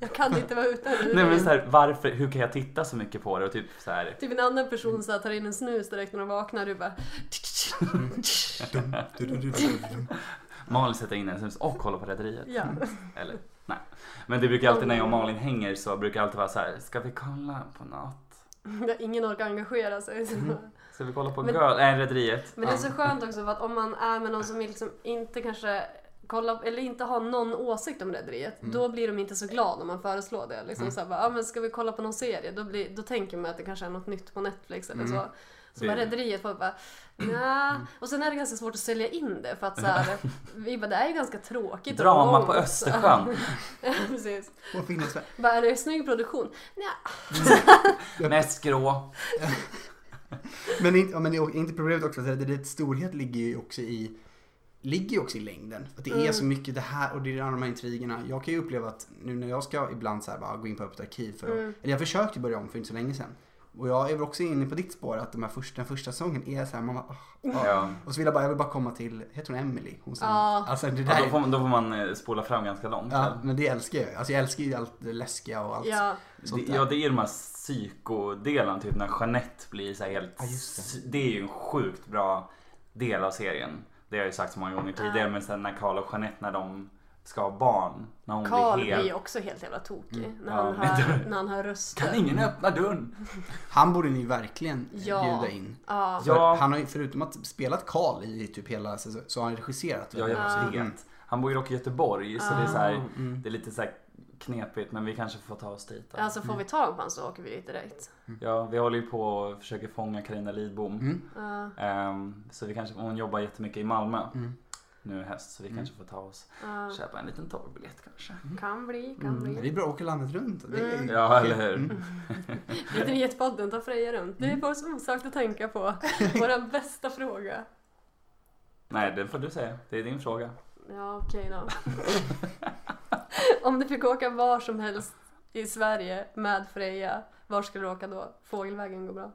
S2: Jag kan inte vara utan
S1: Nej men
S2: Rederiet.
S1: så här, varför, hur kan jag titta så mycket på det? Och typ så här,
S2: Typ en annan person så här, tar in en snus direkt när de vaknar och bara...
S1: Malin sätter in en snus och kollar på Rederiet.
S2: Ja.
S1: Eller nej. Men det brukar alltid när jag och Malin hänger så brukar det alltid vara så här, ska vi kolla på något?
S2: Ingen orkar engagera sig. Så.
S1: Mm. Ska vi kolla på
S2: Men-
S1: Girl? Nej, Rederiet.
S2: Men det är så skönt också för att om man är med någon som liksom inte kanske kollar, eller inte har någon åsikt om Rederiet,
S1: Mm.
S2: då blir de inte så glada om man föreslår det. Liksom så här, bara, ah, men ska vi kolla på någon serie? Då, blir, då tänker man att det kanske är något nytt på Netflix eller så. Så
S1: Mm. Det- Mm.
S2: bara Rederiet, folk bara nja. Och sen är det ganska svårt att sälja in det för att så här, vi bara, det här är ganska tråkigt. och
S1: Drama
S2: långt."
S1: på Östersjön.
S2: Ja, Precis.
S3: Och finnas där.
S2: Bara, är det snygg produktion? Nja.
S1: Mest grå.
S3: Men, inte, ja, men det är inte problemet också att rederiets storhet ligger ju också i ligger ju också i längden. Att det är
S2: Mm.
S3: så mycket det här och det är alla de här intrigerna. Jag kan ju uppleva att nu när jag ska ibland så här bara gå in på öppet arkiv för att,
S2: Mm.
S3: eller jag försökte börja om för inte så länge sedan. Och jag är väl också inne på ditt spår att de här första, den första säsongen är så här man bara, ah, ah.
S1: Ja.
S3: Och så vill jag bara, jag vill bara komma till, heter hon Emily? Hon som,
S2: Ja.
S3: Alltså det
S1: Ja,
S3: där
S1: då, får, då får man eh, spola fram ganska långt.
S3: Ja, men det älskar jag ju. Alltså jag älskar ju allt det läskiga och allt
S1: Alltså,
S2: Ja.
S1: Det,
S3: sånt där.
S1: ja, det är ju de här psykodelen, typ när Jeanette blir så här helt...
S3: Ja, just det.
S1: sy- det är ju en sjukt bra del av serien. Det har jag ju sagt så många gånger tidigare, men sen när Karl och Jeanette, när de ska ha barn, när hon
S2: Karl
S1: blir
S2: blir ju
S1: helt... Mm.
S2: också helt jävla tokig när,
S1: Ja,
S2: han
S1: men
S2: hör, när han hör röster.
S1: Kan ingen öppna dörren?
S3: Han borde ni verkligen eh,
S2: Ja.
S3: bjuda in.
S2: Ja.
S3: För
S1: Ja.
S3: Han har ju förutom att spelat Karl i typ hela säsongen så har han regisserat.
S1: Ja, jag
S3: Mm.
S1: vet. Han bor ju dock i Göteborg, så det är så här,
S2: Mm.
S1: det är lite så här knepigt, men vi kanske får ta oss dit. då.
S2: Alltså får vi tag på honom så åker vi dit direkt.
S1: Ja, vi håller ju på och försöker fånga Carina Lidbom.
S3: Mm.
S2: Ja.
S1: Ehm, så vi kanske, hon jobbar jättemycket i Malmö
S3: Mm.
S1: nu i höst, så vi kanske får ta oss köpa en liten tågbiljett kanske.
S2: Kan bli, kan
S1: Mm,
S3: Men
S2: bli.
S3: Det är bra att åka landet runt. Det är...
S1: Ja, eller hur?
S2: Rederiet-podden tar Freja runt.
S1: Mm.
S2: Det är bara som osökt att tänka på. Vår bästa fråga.
S1: Nej, det får du säga. Det är din fråga.
S2: Ja, okej då. Om du fick åka var som helst i Sverige med Freja, var skulle du åka då? Fågelvägen går bra.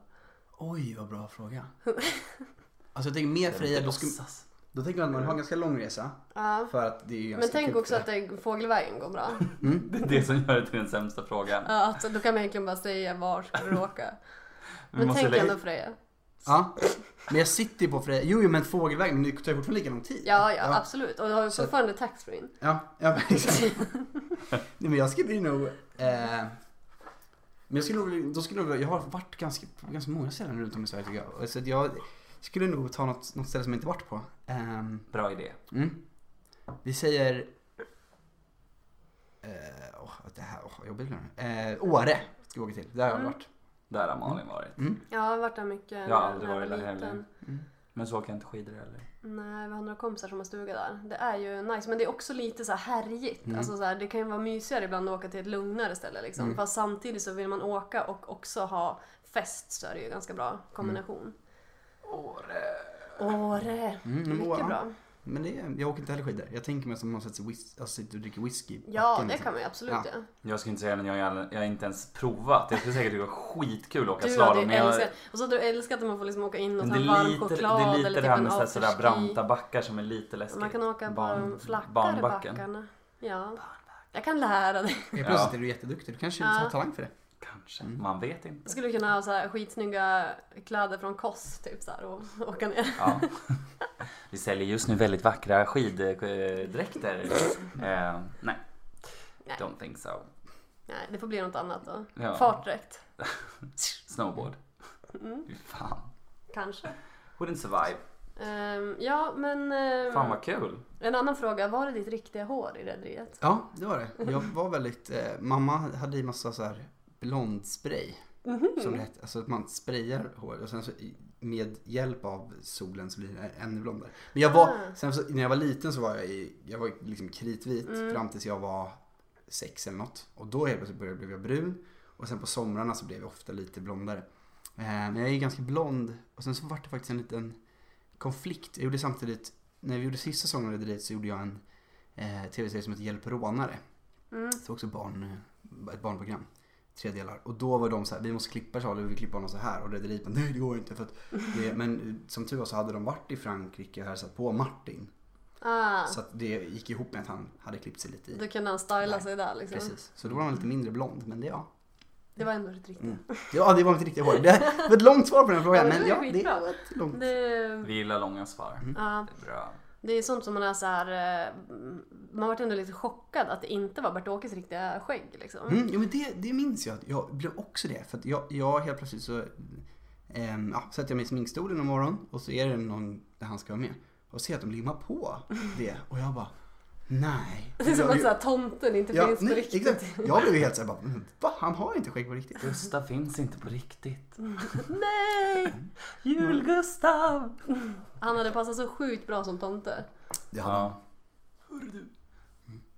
S3: Oj, vad bra fråga. Alltså jag tänker mer Freja, då, skulle,
S1: Låtsas.
S3: då tänker man att man har en ganska lång resa.
S2: Ja.
S3: För att det Mm. är ju ganska
S2: Men tänk
S3: kul
S2: också
S3: för
S2: att det, fågelvägen går bra.
S1: Det är det som gör det till den sämsta frågan.
S2: Ja, alltså, då kan man egentligen bara säga var ska du åka.
S1: Vi
S2: Men
S1: måste
S2: tänk
S1: lägga-
S2: ändå Freja.
S3: Ja. Men jag sitter ju på Freja. Jo, jo men fågelväg, men det tar ju fortfarande lika lång tid.
S2: Ja, ja, absolut. Och du har ju
S3: Så-
S2: fortfarande taxfree.
S3: Ja, ja men exakt. Nej men jag skulle ju nog... Eh, men jag skulle nog, då skulle jag nog, jag har varit ganska, på ganska många ställen runt om i Sverige tycker jag. Och Så att jag skulle nog ta något, något ställe som jag inte varit på. Ehm,
S1: Bra idé.
S3: mm. Vi säger... Eh, åh, det här, åh, vad jobbigt det blir. Eh, Åre ska vi åka till, där har jag
S2: Mm.
S3: varit.
S1: Där har Malin varit.
S2: Jag har varit där mycket
S1: Jag har aldrig
S2: när
S1: varit
S2: var
S1: där
S2: liten.
S1: heller. Men så åker jag inte skidor heller.
S2: Nej, vi har några kompisar som har stuga där. Det är ju nice, men det är också lite så här härjigt.
S1: Mm.
S2: Alltså så här, det kan ju vara mysigare ibland att åka till ett lugnare ställe liksom. Fast samtidigt så vill man åka och också ha fest så är det ju ganska bra kombination. Åre! Åre!
S1: Mm,
S3: men
S2: Mycket
S3: Åre.
S2: bra.
S3: Men det, är- jag åker inte heller skidor. Jag tänker mig som man sätter sig whis- alltså, sitter och dricker whisky. i
S2: Ja,
S3: backen
S2: det
S3: liksom.
S2: kan man ju absolut
S3: Ja.
S2: göra.
S1: Jag skulle inte säga det, jag, har aldrig- jag har inte ens provat. Jag skulle säkert tycka det var skitkul att åka
S2: Du hade
S1: slalom.
S2: ju
S1: men jag-
S2: älskat, och så hade du älskat att man får liksom åka in och
S1: Men
S2: ta
S1: det,
S2: en varm
S1: är lite, det är
S2: choklad
S1: lite
S2: eller
S1: det
S2: typ
S1: här
S2: en
S1: med så här- sådär
S2: afterski.
S1: branta backar som är lite läskigt.
S2: Man kan åka på
S1: Barn-
S2: de flackare
S1: barnbacken.
S2: backarna. Ja. Jag kan lära dig.
S3: Helt plötsligt
S1: Ja.
S3: är du jätteduktig, du kanske
S2: Ja.
S3: har talang för det.
S1: Kanske. Man vet inte.
S2: Skulle kunna ha så här skitsnygga kläder från Koss typ så här, och åka ner.
S1: Ja. Vi säljer just nu väldigt vackra skiddräkter. Eh, nej. Don't think so.
S2: Nej, det får bli något annat då.
S1: Ja.
S2: Fartdräkt.
S1: Snowboard.
S2: Mm.
S1: Fy fan.
S2: Kanske.
S1: Wouldn't survive.
S2: Ehm, ja, men ehm,
S1: Fan vad kul.
S2: en annan fråga. Var det ditt riktiga hår i rederiet?
S3: Ja, det var det. Jag var väldigt, eh, mamma hade i massa så här blondspray. Som det hette. Alltså att man sprayar hår och sen så i- med hjälp av solen så blir det ännu blondare. Men jag var, sen så, när jag var liten så var jag i, jag var liksom kritvit fram tills jag var sex eller något. Och då helt plötsligt började, blev jag brun. Och sen på somrarna så blev jag ofta lite blondare. Eh, Men jag är ju ganska blond och sen så var det faktiskt en liten konflikt. Jag gjorde samtidigt, när vi gjorde sista säsongen av Rederiet så gjorde jag en eh, tv-serie som heter Hjälp rånare.
S2: Mm.
S3: Så också barn, eh, ett barnprogram. Tre delar. Och då var de så här, vi måste klippa Charlie, vi vill klippa honom så här. Och Rederiet bara, nej det går inte. För att det, men eh, som tur var så hade de varit i Frankrike och hälsat på Martin.
S2: Ah,
S3: Så att det gick ihop med att han hade klippt sig lite i.
S2: då kunde han styla sig där liksom.
S3: Precis. Så då var han lite mindre blond. Men det ja.
S2: Det var ändå ditt
S3: Mm.
S2: riktiga.
S3: Ja, det var mitt riktiga hår. Det var ett långt svar på den här frågan.
S2: Mm. Ja, men
S3: men
S2: det
S3: ja,
S2: var
S3: det
S2: skitbra.
S3: var ett långt
S2: Det,
S1: Vi gillar långa svar.
S2: Mm. ja.
S1: Det är bra.
S2: Det är sånt som man är så här. eh, Man vart ändå lite chockad att det inte var Bert-Åkes riktiga skägg liksom.
S3: Mm, jo, men det, det minns jag. Jag blev också det. För att jag, jag helt plötsligt så ehm, ja, sätter jag mig i sminkstolen någon morgon och så är det någon där han ska vara med. Och ser att de limmar på det. Och jag bara, nej.
S2: Det är som
S3: Jag-
S2: att så här, tomten inte
S3: Ja,
S2: finns på
S3: nej,
S2: riktigt.
S3: Exakt. Jag blev ju helt såhär bara, "Men va? Han har inte skägg på riktigt.
S1: Gustav finns inte på riktigt.
S2: Mm. Nej!
S1: Jul-Gustav!
S2: Han hade passat så sjukt bra som tomte.
S3: Det har han.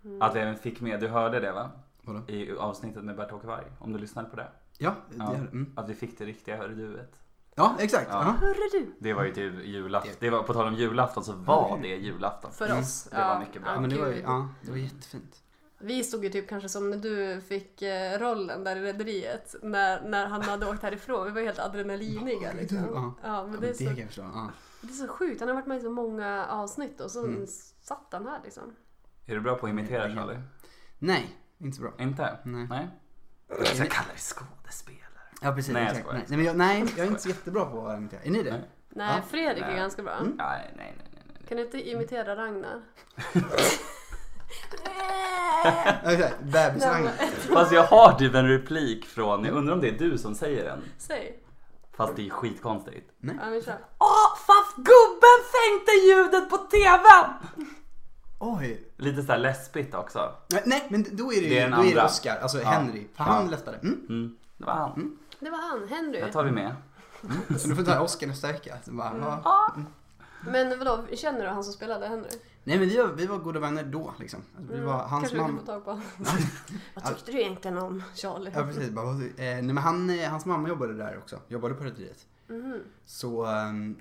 S1: Ja. Att jag även fick med, du hörde det va?
S3: Vadå?
S1: I avsnittet med Bert-Åke Varg, om du lyssnade på det.
S3: Ja, det
S1: Ja.
S3: har mm.
S1: Att vi fick det riktiga hörduet.
S3: ja, exakt.
S1: Ja.
S3: Ja.
S2: Hörru du!
S1: Det var ju typ julafton. Det Mm. var, på tal om julafton så var det julafton.
S2: För oss.
S1: Det var mycket bra.
S3: Ja, men det var, ju-
S2: gud.
S3: ja, det var jättefint.
S2: Vi stod ju typ kanske som när du fick eh, rollen där i Rederiet. När, när han hade åkt härifrån. Vi var ju helt adrenaliniga
S3: Ja,
S2: liksom.
S3: ja.
S2: Ja,
S3: Ja,
S2: men
S3: men
S2: det är
S3: det
S2: så
S3: kan jag förstå. Ja.
S2: Det är så sjukt, han har varit med i så många avsnitt och så
S3: Mm.
S2: satt han här liksom.
S1: Är du bra på att imitera
S3: Ja.
S1: Charlie?
S3: Nej, inte så bra.
S1: Inte?
S3: Nej.
S1: Mm. Nej. Jag kallar dig skådespelare.
S3: Ja, precis.
S1: Nej, jag
S3: exakt.
S1: skojar.
S3: Nej, men jag, nej, jag är inte så jättebra på att imitera. Är ni det?
S1: Nej.
S2: Nej,
S3: Ja.
S2: Fredrik är
S1: Nej. Mm.
S2: ganska bra.
S1: Nej, nej, nej. nej, nej.
S2: Kan du inte imitera Ragnar?
S3: Ja, exakt. Bebisvagnar.
S1: Fast jag har typ en replik från, jag undrar om det är du som säger den.
S2: Säg.
S1: Fast det är skitkonstigt.
S2: Ja, vi kör.
S1: Åh, fast gubben sänkte ljudet på TVn!
S3: Oj.
S1: Lite såhär läspigt också.
S3: Nej, Nej, men då är det ju
S1: Det är den
S3: då är det
S1: andra.
S3: Oscar, alltså
S1: Ja.
S3: Henry. För han
S1: Ja.
S3: lättade. Mm.
S1: Mm, det var han.
S2: Det var han, Henry.
S1: Det tar vi med.
S3: Så nu får vi ta Oscar nästa vecka. Så bara,
S2: Mm.
S3: ja.
S2: Men vadå, känner du han som spelade Henry?
S3: Nej men vi var, vi var goda vänner då liksom. Alltså, vi var hans
S2: Mm. Kanske vi
S3: mamma.
S2: kan få tag på honom. Vad tyckte du egentligen om Charlie?
S3: Ja precis. Bara, vad- eh, nej, men han, eh, hans mamma jobbade där också. Jobbade på rederiet.
S2: Mm.
S3: Så eh,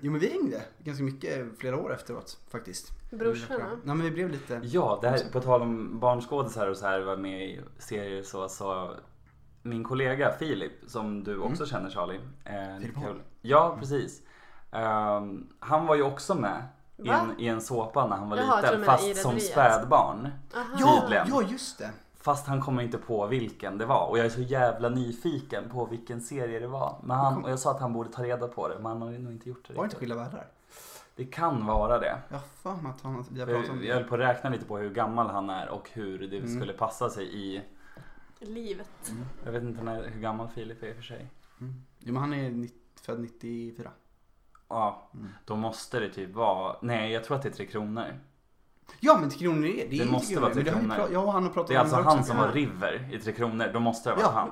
S3: jo men vi hängde ganska mycket eh, flera år efteråt faktiskt.
S2: Brorsorna?
S3: Nej men vi blev lite.
S1: Ja, det här,
S3: Alltså-
S1: på tal om barnskådisar och så här var med i serier så så min kollega Filip som du också känner Charlie. Eh,
S3: Mm. Filip
S1: kul.
S3: Holm.
S1: Ja, precis. Ehm, han var ju också med i
S2: Va?
S1: en, i en såpa när han var
S2: Jaha, jag
S1: liten
S2: tror du menar i
S1: fast som
S2: Rederiet.
S1: spädbarn.
S3: Ja,
S1: Tydligen.
S3: ja just det.
S1: Fast han kommer inte på vilken det var och jag är så jävla nyfiken på vilken serie det var. Men han, och jag sa att han borde ta reda på det men han har ju nog inte gjort det
S3: Var det
S1: riktigt.
S3: inte skilda världar?
S1: Det kan vara det.
S3: Jag har för mig att han, vi har pratat om
S1: Jag jag
S3: det. Mm.
S1: höll på att räkna lite på hur gammal han är och hur det skulle passa sig i
S2: Livet.
S1: Jag vet inte när, hur gammal Filip är för sig.
S3: Jo men han är nitt- född 94.
S1: Ja,
S3: Mm.
S1: då måste det typ vara, nej jag tror att det är Tre Kronor.
S3: Ja men Tre Kronor är det. är
S1: Det
S3: inte
S1: måste vara
S3: men det har vi
S1: Tre Kronor.
S3: pra- Ja han har pratat
S1: Det är
S3: om
S1: alltså
S3: här
S1: han
S3: också.
S1: som var River i Tre Kronor, då måste det vara
S3: Ja.
S1: han.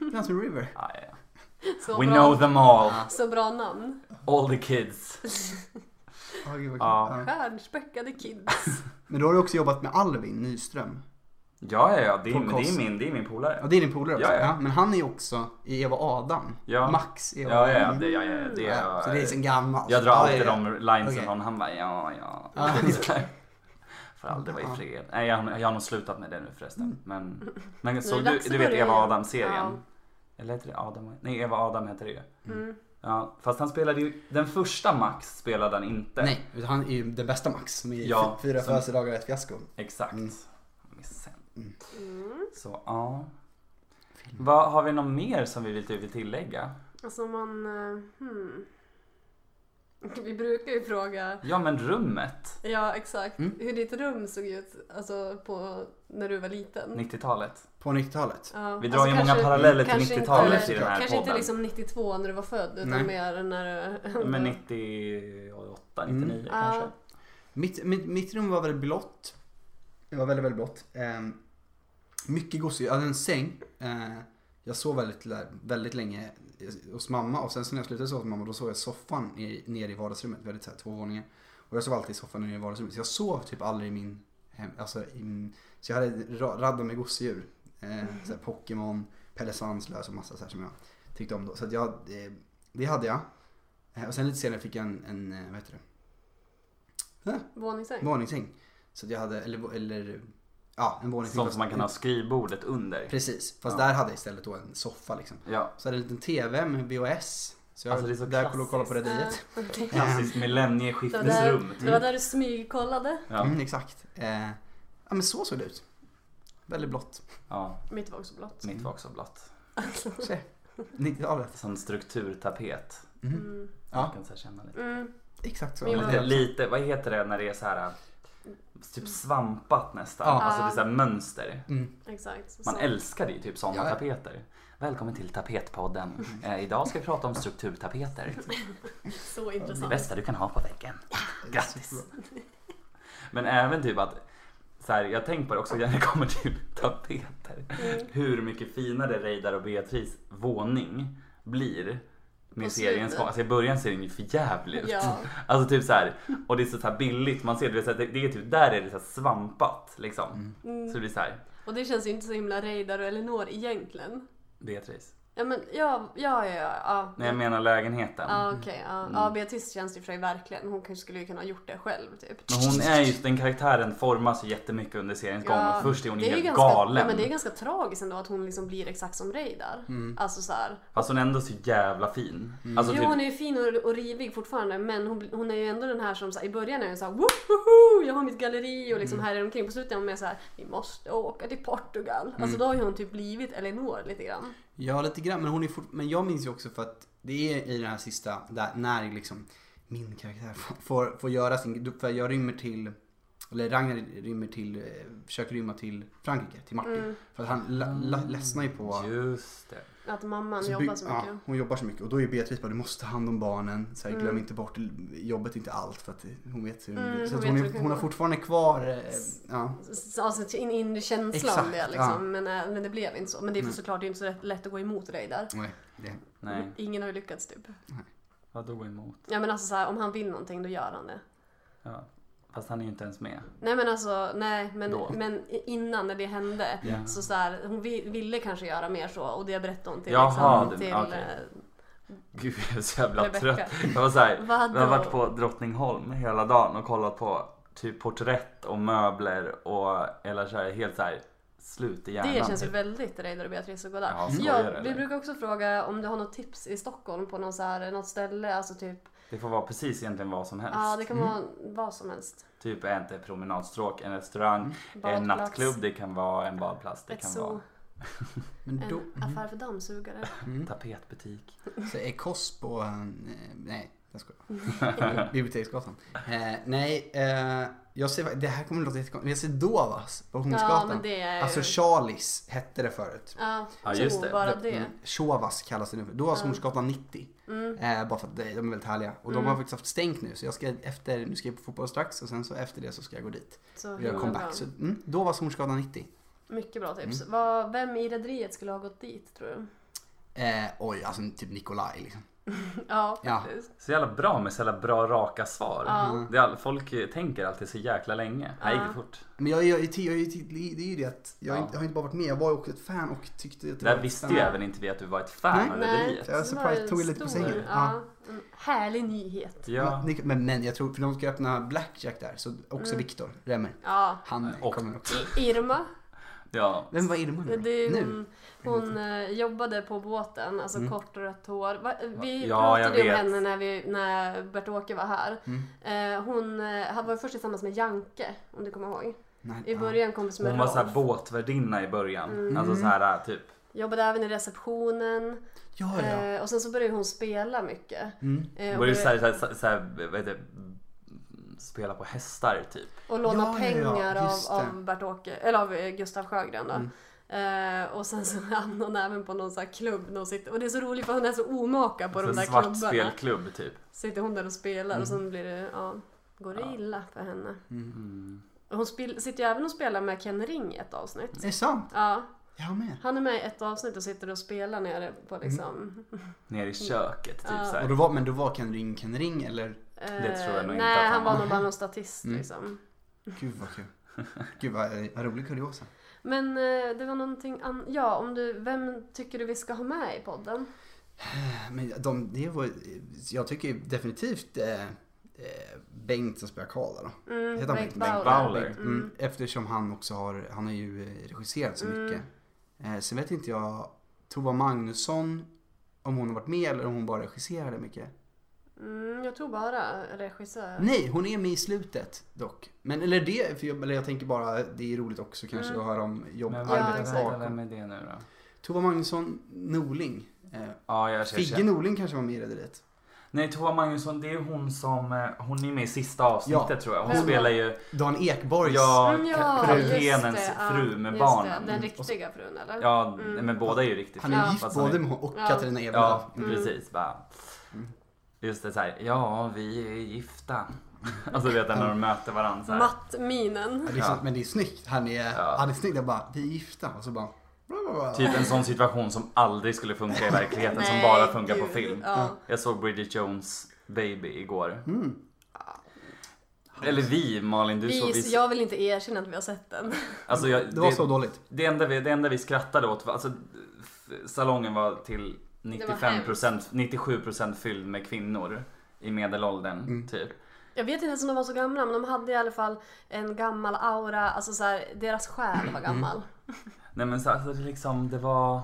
S3: Det är han som är River.
S1: Ja, ja, ja.
S2: Så
S1: We
S2: bra,
S1: know them all,
S2: så bra namn.
S1: all the kids.
S3: Ja, gud, vad kul.
S1: Ja.
S3: Ja.
S2: Stjärnspäckade kids.
S3: Men då har du också jobbat med Alvin Nyström.
S1: Ja, ja, ja, det är,
S3: Från
S1: men det
S3: Kost.
S1: är, min, det är min
S3: Ja,
S1: polare.
S3: det är din polare också.
S1: Ja, ja.
S3: men han är också i Eva Adam.
S1: Ja.
S3: Max i Eva
S1: Ja, ja, ja,
S3: Adam.
S1: det, ja, ja, det är
S3: Så det är sen gammalt.
S1: Jag drar
S3: Ja,
S1: alltid
S3: ja, ja.
S1: de linesen
S3: Okej.
S1: från han bara ja, ja.
S3: Ja.
S1: Får aldrig vara
S3: Ja.
S1: i fred. Nej, jag, har- jag har nog slutat med det nu förresten. Men, men såg
S2: det är
S1: du,
S2: dags att
S1: du vet
S2: börja
S1: Eva
S2: igen.
S1: Adam-serien?
S2: Ja.
S1: Eller heter det Adam? Nej, Eva Adam heter det ju.
S2: Mm.
S1: Ja, fast han spelade ju, den första Max spelade han inte.
S3: Nej, utan han är ju den bästa Max som är
S1: Ja,
S3: fyra
S1: som-
S3: födelsedagar och ett fiasko.
S1: Exakt.
S3: Mm.
S1: Missen.
S2: Mm.
S1: Så ja. Vad, har vi något mer som vi vill, vill tillägga?
S2: Alltså man... eh, Hmm. Vi brukar ju fråga
S1: Ja men rummet.
S2: Ja, exakt.
S1: Mm.
S2: Hur ditt rum såg ut alltså, på, när du var liten.
S1: 90-talet.
S3: På 90-talet.
S2: Ja, alltså
S1: Vi drar ju många paralleller till
S2: kanske
S1: 90-talet
S2: inte,
S1: i den här
S2: Kanske inte
S1: podden.
S2: liksom 92 när du var född, utan
S3: Nej.
S2: mer när du...
S1: Men 98, 99
S3: Mm.
S1: kanske.
S2: Ja.
S3: Mitt, mitt, mitt rum var väldigt blått. Det var väldigt, väldigt blått. Ehm, mycket gosig. Jag hade en säng. Eh, jag sov väldigt, lä- väldigt länge hos mamma och sen så när jag slutade sova hos mamma då sov jag i soffan i, nere i vardagsrummet. Vi hade så här, två våningar. Och jag sov alltid i soffan nere i vardagsrummet. Så jag sov typ aldrig i min hem. Alltså, i, min- så jag hade ra- radda med gosedjur. Eh, så här Pokémon, Pelle Svanslös och massa så här som jag tyckte om då. Så att jag, eh, det hade jag. Eh, och sen lite senare fick jag en, en eh, vad heter det?
S2: Våningssäng.
S3: våningssäng. Så att jag hade, eller, eller ja en våningssäng.
S1: Sånt
S3: fast-
S1: som man kan ha skrivbordet under.
S3: Precis, fast
S1: Ja.
S3: där hade jag istället då en soffa liksom.
S1: Ja.
S3: Så hade jag en liten TV med VHS. Så jag
S1: Alltså, det är så
S3: där kollade och kollade på
S2: Eh,
S3: Rederiet.
S2: okej.
S1: Klassiskt
S2: det, var där,
S1: millennieskiftesrum. typ.
S2: det var där du smygkollade.
S1: Ja.
S3: Mm, exakt. Eh, ja men så såg det ut. Väldigt blått.
S1: ja,
S2: Mitt var också blått.
S1: mitt var också blått.
S2: Alltså.
S3: Se. 90-talet.
S1: Som strukturtapet.
S2: Mm.
S1: Man
S3: Ja.
S1: kan så här känna lite.
S2: Mm.
S3: Exakt så.
S2: Min
S3: Lite-
S1: Lite, lite, vad heter det när det är så här typ svampat nästan.
S3: Ja.
S1: Alltså det är så här mönster.
S3: Mm.
S2: Exakt.
S1: Man
S2: så.
S1: älskar det ju, typ sådana
S3: Ja. Mm.
S1: tapeter. Välkommen till tapetpodden. Eh, idag ska vi prata om strukturtapeter.
S2: Så
S1: Det
S2: intressant.
S1: bästa du kan ha på väggen. Grattis. Men även typ att så här, jag tänker på det också när det kommer till tapeter.
S2: Mm.
S1: Hur mycket finare Reidar och Beatrice våning blir
S2: På
S1: med seriens
S2: slutet.
S1: gång. Alltså i början ser den ju för jävligt ut.
S2: Ja.
S1: Alltså typ så här, och det är så, så här billigt, man ser du vet, så här, det, det är typ, där är det så här svampat liksom.
S3: Mm.
S1: Så det blir så här,
S2: Mm. Och det känns ju inte så himla Reidar och Elinor egentligen.
S1: Beatrice.
S2: Ja men ja, ja, ja, ja. ja.
S1: Nej jag menar Mm. lägenheten.
S2: Mm. Ja okej, ja. ja Beatrice känns det i och för sig verkligen. Hon kanske skulle ju kunna ha gjort det själv typ.
S1: Men hon är ju, den karaktären formas ju jättemycket under seriens gång och först är hon
S2: det
S1: helt
S2: ju ganska,
S1: galen.
S2: Ja, men det är ganska tragiskt ändå att hon liksom blir exakt som Reidar. Alltså så här.
S1: Fast hon är ändå så jävla fin.
S3: Mm.
S1: Alltså
S2: Jo
S1: typ,
S2: hon är ju fin och, och rivig fortfarande men hon, bli- hon är ju ändå den här som så här, i början är hon såhär woho jag har mitt galleri och liksom
S3: Mm.
S2: här är omkring. På slutet är hon mer såhär vi måste åka till Portugal.
S3: Mm.
S2: Alltså då har ju hon typ blivit Elinor lite grann.
S3: Ja, lite grann. Men, hon är fort... men jag minns ju också för att det är i den här sista, där, när liksom min karaktär får- får, får göra sin... För jag rymmer till, eller Ragnar rymmer till, eh, försöker rymma till Frankrike, till
S2: Mm.
S3: Martin. För att han la, la, ledsnar ju på...
S1: just det.
S2: Att mamman
S3: Så by-
S2: jobbar så mycket.
S3: Ja, hon jobbar så mycket. Och då är Beatrice bara, du måste ta hand om barnen. Så här, glöm inte bort jobbet, är inte allt. För att hon vet hur hon
S2: Mm,
S3: blir. Så
S2: hon
S3: att
S2: vet
S3: hon,
S2: hur det
S3: är,
S2: kan
S3: hon har
S2: gå.
S3: fortfarande kvar... eh, Ja.
S2: S- Alltså till en inre känsla om
S3: Exakt,
S2: det liksom.
S3: ja. Mm.
S2: Men, eh, men det blev inte så. Men det är såklart det är inte så rätt- lätt att gå emot Reidar.
S3: Nej, det.
S1: Nej,
S2: Ingen har ju lyckats typ.
S1: vadå gå emot?
S2: Ja men alltså så här, om han vill någonting då gör han det.
S1: Ja. Fast han är ju inte ens med.
S2: Nej men alltså, nej men,
S1: Då.
S2: men innan när det hände
S1: Ja.
S2: så, så här, hon vi, ville kanske göra mer så och det berättade hon till,
S1: Jaha,
S2: liksom,
S1: det-
S2: till
S1: okej.
S2: eh,
S1: Gud jag är så jävla
S2: Rebecca.
S1: trött. Jag var så här,
S2: Vadå?
S1: jag har varit på Drottningholm hela dagen och kollat på typ porträtt och möbler och eller så här, helt så här slut i hjärnan.
S2: Det känns ju
S1: typ.
S2: väldigt Reidar och Beatrice att gå där.
S1: Ja, skojar
S2: ja, vi
S1: eller?
S2: brukar också fråga om du har något tips i Stockholm på någon så här, något ställe, alltså typ,
S1: Det får vara precis egentligen vad som helst. Mm.
S2: ja det kan vara vad som helst.
S1: Typ är inte promenadstråk, en restaurang, en
S2: Badplats.
S1: nattklubb, det kan vara en badplats, det
S2: Ett
S1: kan
S2: zoo,
S1: vara
S3: Men
S2: en
S3: då... mm.
S2: affär för
S1: Mm.
S2: dammsugare.
S1: tapetbutik.
S3: Så är Koss på... eh, Nej, jag skojar. Biblioteksgatan. Eh, nej, eh, jag ser, det här kommer att låta jättekonstigt. Jag ser Dovas på Hornsgatan.
S2: men det är ju-
S3: Alltså Charlies hette det förut.
S2: Ja,
S1: Ja,
S2: zoo,
S1: just det.
S2: bara
S3: Mm,
S2: det.
S3: Chovas kallas det nu. Dovas Hornsgatan 90.
S2: Mm.
S3: Eh, bara för att de de är väldigt härliga. Och de har faktiskt haft stängt nu. Så jag ska efter, nu ska jag på fotboll strax och sen så efter det så ska jag gå dit.
S2: Så
S3: Och
S2: himla
S3: göra
S2: bra.
S3: comeback. Så mm, Dovas Hornsgatan 90.
S2: Mycket bra tips.
S1: Mm.
S2: Vad, vem i rederiet skulle ha gått dit tror du?
S3: Eh, oj, alltså typ Nikolaj liksom.
S2: Ja,
S3: Ja.
S2: faktiskt.
S1: Så jävla bra med så jävla bra raka svar.
S2: Ja.
S1: Det är all, folk eh, tänker alltid så jäkla länge. Här gick det fort.
S3: Men jag, jag, jag, jag, det är ju det att jag
S1: Ja.
S3: inte, har inte bara varit med, jag var ju också ett fan och tyckte att det
S1: Där
S3: var
S1: visste ju
S3: spännande.
S1: även inte vi att du var ett fan av
S3: Nej.
S1: Rederiet.
S3: Jag är
S2: Det var
S3: surprised,
S2: en
S3: tog det lite på
S2: stor,
S3: sängen.
S2: Ja, en härlig nyhet.
S1: Ja.
S3: Men, men, men jag tror, för de ska öppna Blackjack där, så
S2: Mm.
S3: också Viktor Remmer.
S2: Ja,
S3: Han
S1: Och-
S3: kommer också.
S2: I- Irma.
S1: ja.
S3: Vem var Irma
S1: Mm.
S3: nu? då?
S2: Det är,
S3: nu?
S2: hon hon eh, jobbade på båten, alltså kort och rött hår. Va, vi
S1: Mm. Ja, jag
S2: pratade ju om
S1: vet.
S2: henne när, vi, när Bert-Åke var här.
S3: Mm.
S2: Eh, hon eh, hade- var ju först tillsammans med Janke, om du kommer ihåg.
S3: Nej,
S2: I början kompis med
S1: Hon var
S2: Rolf.
S1: så här båtvärdinna i början.
S2: Mm.
S1: Alltså så här äh, typ.
S2: Jobbade även i receptionen.
S3: Ja, ja, Mm. ja.
S2: Eh, och sen så började hon spela mycket. Eh, och,
S1: Började så
S2: började-
S1: här, så här, så här, så här, vad heter det, spela på hästar typ.
S2: och låna
S3: Ja, ja, ja,
S2: pengar
S3: just det.
S2: av, av Bert-Åke, eller av eh, Gustav Sjögren
S1: Mm.
S2: då. Eh, och sen så hamnar hon även på någon sån här klubb. när hon sitter, och det är så roligt för hon är så omaka på de
S1: Så
S2: där
S1: en Alltså svart Mm.
S2: klubbarna.
S1: spelklubb typ.
S2: sitter hon där och spelar och sen blir det, ja, går det illa för henne.
S1: Mm.
S2: Och Hon spel, sitter ju även och spelar med Ken Ring i ett avsnitt.
S1: Mm.
S3: Det är sant.
S2: Ja,
S3: Jag med.
S2: han är med i ett avsnitt och sitter och spelar nere på
S1: Mm.
S2: liksom...
S1: Ner i köket typ så
S3: Och
S1: här.
S3: då var, men då var Ken Ring Ken Ring eller?
S1: Det tror jag nog inte
S2: Eh, Nej,
S1: att
S2: han
S1: han var.
S2: var
S1: Mm.
S2: nog bara någon statist liksom.
S3: Gud vad kul. Gud vad, eh, vad rolig kuriosa.
S2: Men eh, det var någonting annat. Ja, om du, vem tycker du vi ska ha med i podden?
S3: Men de, det var, jag tycker ju definitivt eh, eh, Bengt som spelar Karl där då.
S2: Mm,
S3: Heter han
S2: Bengt
S1: Bengt
S2: Bauer.
S1: Bauer.
S3: Mm. Eftersom han också har, han har ju eh, regisserat så mycket. Eh, sen vet inte jag, Tova Magnusson, om hon har varit med eller om hon bara regisserade mycket.
S2: Mm, jag tror bara regissör.
S3: Nej, hon är med i slutet dock. Men eller det, för jag, eller jag tänker bara, det är roligt också kanske att höra om jobb,
S1: Men
S2: Ja,
S3: arbetet
S1: vem,
S2: exakt.
S1: vem,
S3: bakom.
S1: vem är det nu då?
S3: Tova Magnusson, Norling. Eh,
S1: Ja, jag
S3: Figge
S1: ser
S3: Norling kanske var med i Rederiet.
S1: Nej, Tova Magnusson, det är hon som, eh, hon är med i sista avsnittet
S3: Ja.
S1: tror jag. Hon
S2: Vem då?
S1: spelar ju,
S3: Dan Ekborgs.
S1: ja,
S2: Mm,
S1: ka-
S3: fru.
S1: kaptenens
S2: just det, ja,
S1: fru med
S2: just
S1: barnen.
S2: Det, den riktiga frun eller?
S1: Ja,
S2: Mm.
S1: nej, men båda är ju riktigt
S3: Han är
S2: Ja.
S3: gift
S1: Fast han är-
S3: både med hon och
S2: Ja.
S3: Katarina Eberlöf.
S1: Ja,
S2: Mm.
S1: precis. Bara.
S3: Mm.
S1: Just det, så här, ja vi är gifta. Alltså du vet när de möter varandra så här.
S2: Mattminen.
S3: Ja, det är sant,
S1: Ja.
S3: Men det är snyggt. Han är,
S1: Ja.
S3: han är snygg. Jag bara, vi är gifta. Och så bara... bla, bla, bla.
S1: Typ en sån situation som aldrig skulle funka i verkligheten, som
S2: Nej,
S1: bara funkar på
S2: gud.
S1: film. Mm.
S2: Ja.
S1: Jag såg Bridget Jones baby igår.
S3: Mm.
S1: Eller vi, Malin, du såg
S2: Vi,
S1: vi.
S2: jag vill inte erkänna att vi har sett den.
S1: Alltså, jag,
S3: Det var
S1: det,
S3: så dåligt.
S1: det, enda vi, det enda vi skrattade åt var, alltså f- salongen var till
S2: var
S1: 95%, 97% fylld med kvinnor i medelåldern
S3: Mm.
S1: typ.
S2: Jag vet inte ens om de var så gamla men de hade i alla fall en gammal aura, alltså så här, deras själ var gammal.
S1: Mm. Nej men så, alltså, det liksom, det var...